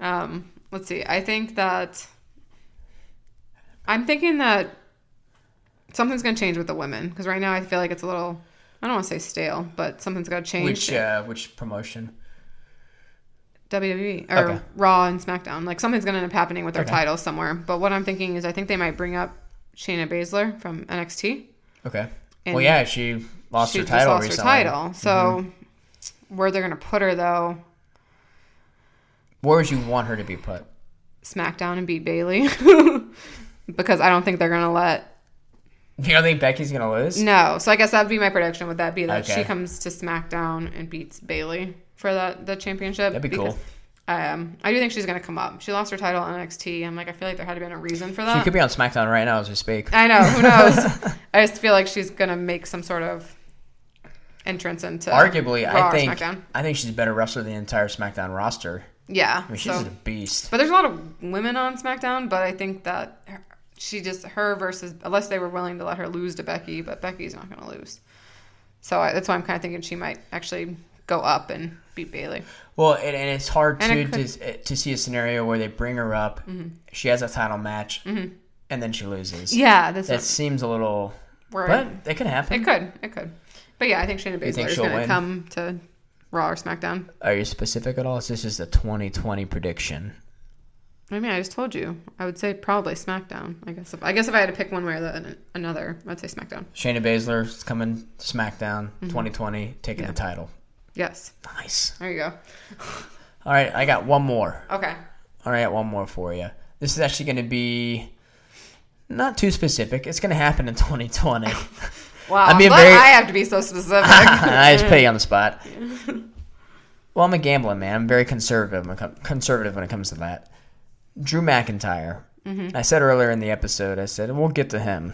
[SPEAKER 2] Um, let's see. I think that I'm thinking that something's going to change with the women because right now I feel like it's a little. I don't want to say stale, but something's got to change.
[SPEAKER 1] Which uh, which promotion?
[SPEAKER 2] WWE E or
[SPEAKER 1] Okay.
[SPEAKER 2] Raw and SmackDown. Like something's going to end up happening with their
[SPEAKER 1] Okay.
[SPEAKER 2] titles somewhere. But what I'm thinking is I think they might bring up Shayna Baszler from NXT.
[SPEAKER 1] Okay.
[SPEAKER 2] And
[SPEAKER 1] well, yeah, she lost
[SPEAKER 2] she
[SPEAKER 1] her
[SPEAKER 2] just
[SPEAKER 1] title
[SPEAKER 2] lost
[SPEAKER 1] recently. Mm-hmm.
[SPEAKER 2] her title. So where they're going to put her though,
[SPEAKER 1] Where would you want her to be put?
[SPEAKER 2] SmackDown and beat Bailey *laughs* because I don't think they're going to let
[SPEAKER 1] You don't think Becky's gonna lose?
[SPEAKER 2] No, so I guess that would be my prediction. Would that be that
[SPEAKER 1] Okay.
[SPEAKER 2] she comes to SmackDown and beats Bailey for that the championship?
[SPEAKER 1] That'd be
[SPEAKER 2] Because,
[SPEAKER 1] cool.
[SPEAKER 2] Um, I do think she's gonna come up. She lost her title on NXT. I'm like, I feel like there had to been a reason for
[SPEAKER 1] She
[SPEAKER 2] that.
[SPEAKER 1] could be on SmackDown right now as we speak.
[SPEAKER 2] I
[SPEAKER 1] *laughs*
[SPEAKER 2] know. Who knows? I just feel like she's gonna make some sort of entrance into
[SPEAKER 1] Arguably,
[SPEAKER 2] Raw
[SPEAKER 1] I
[SPEAKER 2] or
[SPEAKER 1] think
[SPEAKER 2] SmackDown.
[SPEAKER 1] I think she's a better wrestler than the entire SmackDown roster.
[SPEAKER 2] Yeah.
[SPEAKER 1] I mean, she's
[SPEAKER 2] so,
[SPEAKER 1] a beast.
[SPEAKER 2] but there's a lot of women on SmackDown, but I think that her, she just her versus unless they were willing to let her lose to Becky, but Becky's not gonna lose. So I, that's why I'm kind of thinking she might actually go up and beat Bailey.
[SPEAKER 1] Well, and, and it's hard
[SPEAKER 2] And
[SPEAKER 1] too
[SPEAKER 2] it Mm-hmm.
[SPEAKER 1] to to see a scenario where they bring her up, she has a title match, and then she loses.
[SPEAKER 2] Yeah, that's,
[SPEAKER 1] That seems a little,
[SPEAKER 2] where
[SPEAKER 1] but that could happen.
[SPEAKER 2] it could, it could. But yeah, I think Shayna
[SPEAKER 1] think
[SPEAKER 2] Baszler is
[SPEAKER 1] she'll
[SPEAKER 2] going to
[SPEAKER 1] win?
[SPEAKER 2] come to Raw or SmackDown.
[SPEAKER 1] Are you specific at all? Is this just a 2020 prediction?
[SPEAKER 2] I mean, I just told you. I would say probably SmackDown. I guess. If, I guess if I had to pick one way or the, another, I'd say SmackDown.
[SPEAKER 1] Shayna Baszler is coming to SmackDown
[SPEAKER 2] Mm-hmm.
[SPEAKER 1] 2020, taking the title.
[SPEAKER 2] Yes.
[SPEAKER 1] Nice.
[SPEAKER 2] There you go.
[SPEAKER 1] All right, I got one more.
[SPEAKER 2] Okay.
[SPEAKER 1] All right, one more for you. This is actually going to be not too specific. It's going to happen in *laughs* 2020.
[SPEAKER 2] Wow.
[SPEAKER 1] I'm
[SPEAKER 2] I'm
[SPEAKER 1] being
[SPEAKER 2] glad
[SPEAKER 1] very-
[SPEAKER 2] I have to be so
[SPEAKER 1] *laughs*
[SPEAKER 2] specific.
[SPEAKER 1] I just put you on the spot. Well, I'm a gambling man. I'm very conservative. when it com- conservative when it comes to that. Drew McIntyre. I said earlier in the episode. I said we'll get to him.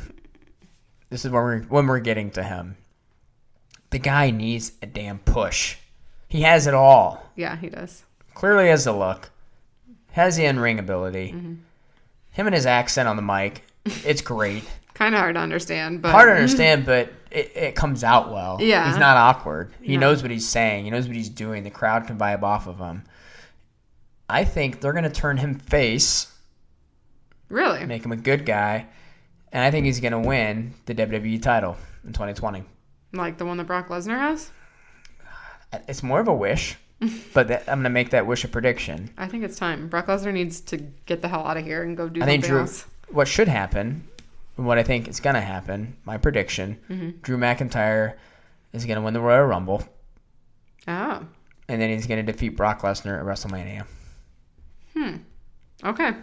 [SPEAKER 1] This is when we're when we're getting to him. The guy needs a damn push. He has it all.
[SPEAKER 2] yeah, he does.
[SPEAKER 1] clearly has the look, has the in ring ability. Him and his accent on the mic, it's great.
[SPEAKER 2] Kind of hard to understand, but
[SPEAKER 1] Hard to understand, but it, it comes out well.
[SPEAKER 2] Yeah.
[SPEAKER 1] He's not awkward. He
[SPEAKER 2] No.
[SPEAKER 1] knows what he's saying, he knows what he's doing. The crowd can vibe off of him. I think they're going to turn him face,
[SPEAKER 2] really,
[SPEAKER 1] make him a good guy, and I think he's going to win the WWE title in 2020.
[SPEAKER 2] like the one that Brock Lesnar has.
[SPEAKER 1] It's more of a wish, but that, I'm going to make that wish a prediction.
[SPEAKER 2] I think it's time. Brock Lesnar needs to get the hell out of here and go do
[SPEAKER 1] I
[SPEAKER 2] something
[SPEAKER 1] think Drew.
[SPEAKER 2] else.
[SPEAKER 1] What should happen, and what I think is going to happen, my prediction:
[SPEAKER 2] Mm-hmm.
[SPEAKER 1] Drew McIntyre is going to win the Royal Rumble,
[SPEAKER 2] Oh,
[SPEAKER 1] and then he's going to defeat Brock Lesnar at WrestleMania.
[SPEAKER 2] okay.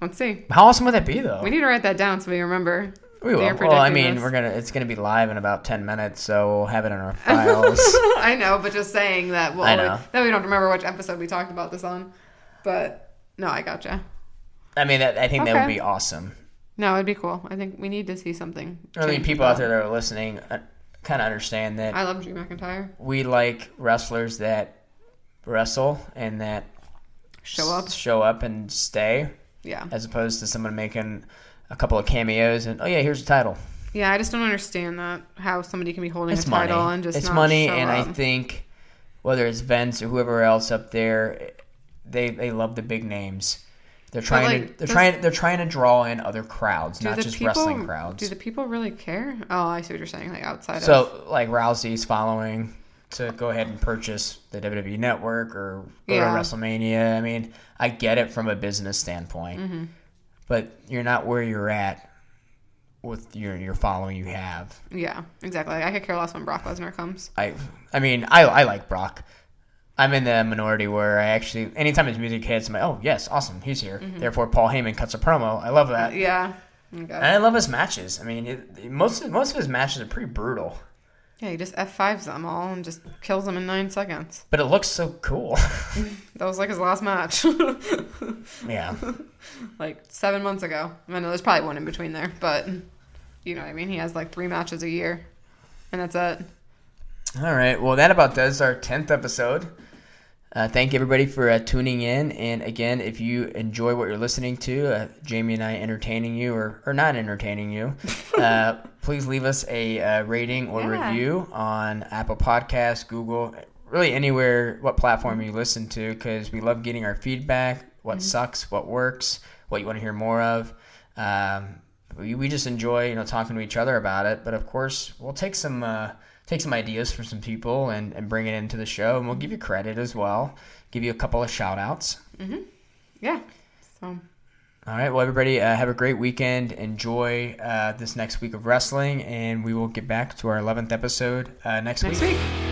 [SPEAKER 2] Let's see.
[SPEAKER 1] How awesome would that be, though?
[SPEAKER 2] We need to write that down so we remember.
[SPEAKER 1] We will.
[SPEAKER 2] They're
[SPEAKER 1] Well, I
[SPEAKER 2] predicting
[SPEAKER 1] mean,
[SPEAKER 2] this.
[SPEAKER 1] we're gonna. It's gonna be live in about ten minutes, so we'll have it in our files.
[SPEAKER 2] *laughs* I know, but just saying that we'll
[SPEAKER 1] I
[SPEAKER 2] always-
[SPEAKER 1] know.
[SPEAKER 2] that we don't remember which episode we talked about this on. But no, I gotcha.
[SPEAKER 1] I mean, that, I think that would
[SPEAKER 2] Okay.
[SPEAKER 1] be awesome.
[SPEAKER 2] No, it'd be cool. I think we need to see something.
[SPEAKER 1] I mean,
[SPEAKER 2] change
[SPEAKER 1] people
[SPEAKER 2] about
[SPEAKER 1] out there that are listening kind of understand that
[SPEAKER 2] it. I love Drew McIntyre.
[SPEAKER 1] we like wrestlers that wrestle and that
[SPEAKER 2] Show up.
[SPEAKER 1] show up and stay.
[SPEAKER 2] Yeah.
[SPEAKER 1] as opposed to someone making a couple of cameos and oh yeah, here's a title.
[SPEAKER 2] Yeah, I just don't understand that how somebody can be holding
[SPEAKER 1] It's
[SPEAKER 2] a title
[SPEAKER 1] money.
[SPEAKER 2] and just
[SPEAKER 1] it's
[SPEAKER 2] not
[SPEAKER 1] money,
[SPEAKER 2] show
[SPEAKER 1] and
[SPEAKER 2] up.
[SPEAKER 1] I think whether it's Vince or whoever else up there, they they love the big names. They're trying
[SPEAKER 2] like,
[SPEAKER 1] to they're
[SPEAKER 2] does-
[SPEAKER 1] trying they're trying to draw in other crowds, not
[SPEAKER 2] the
[SPEAKER 1] just
[SPEAKER 2] people-
[SPEAKER 1] wrestling crowds.
[SPEAKER 2] Do the people really care? Oh, I see what you're saying. Like outside of
[SPEAKER 1] so like Rousey's following to go ahead and purchase the WWE Network or go
[SPEAKER 2] Yeah.
[SPEAKER 1] to WrestleMania. I mean, I
[SPEAKER 2] Mm-hmm.
[SPEAKER 1] get it from a business standpoint, but you're not where you're at with your your following you have.
[SPEAKER 2] Yeah, exactly. I could care less when Brock Lesnar comes.
[SPEAKER 1] I I mean I I like Brock. I'm in the minority where I actually anytime his music hits, I'm like, oh yes, awesome, he's here. Therefore, Paul Heyman cuts a promo. I love that.
[SPEAKER 2] Mm-hmm. Yeah.
[SPEAKER 1] And
[SPEAKER 2] Okay.
[SPEAKER 1] I love his matches. I mean, it, most of, most of his matches are pretty brutal,
[SPEAKER 2] Yeah, he just F5s them all and just kills them in nine seconds.
[SPEAKER 1] but it looks so cool. *laughs*
[SPEAKER 2] That was like his last match, *laughs*
[SPEAKER 1] yeah,
[SPEAKER 2] like seven months ago. I know there's probably one in between there, but you know what I mean? He has like three matches a year, and that's it.
[SPEAKER 1] All right. Well, that about does our 10th episode. Uh, thank everybody for uh, tuning in. And again, if you enjoy what you're listening to, uh, Jamie and I entertaining you or, or not entertaining you, uh, please leave us a uh, rating or
[SPEAKER 2] Yeah.
[SPEAKER 1] review on Apple Podcasts, Google, really anywhere, what platform you listen to, because we love getting our feedback, what sucks, what works, what you want to hear more of. Um, we, we just enjoy you know talking to each other about it but of course we'll take some uh, take some ideas from some people and, and bring it into the show and we'll give you credit as well give you a couple of shout outs
[SPEAKER 2] Yeah. So
[SPEAKER 1] all right well everybody uh, have a great weekend enjoy uh, this next week of wrestling and we will get back to our 11th episode uh, next,
[SPEAKER 2] next
[SPEAKER 1] week
[SPEAKER 2] week.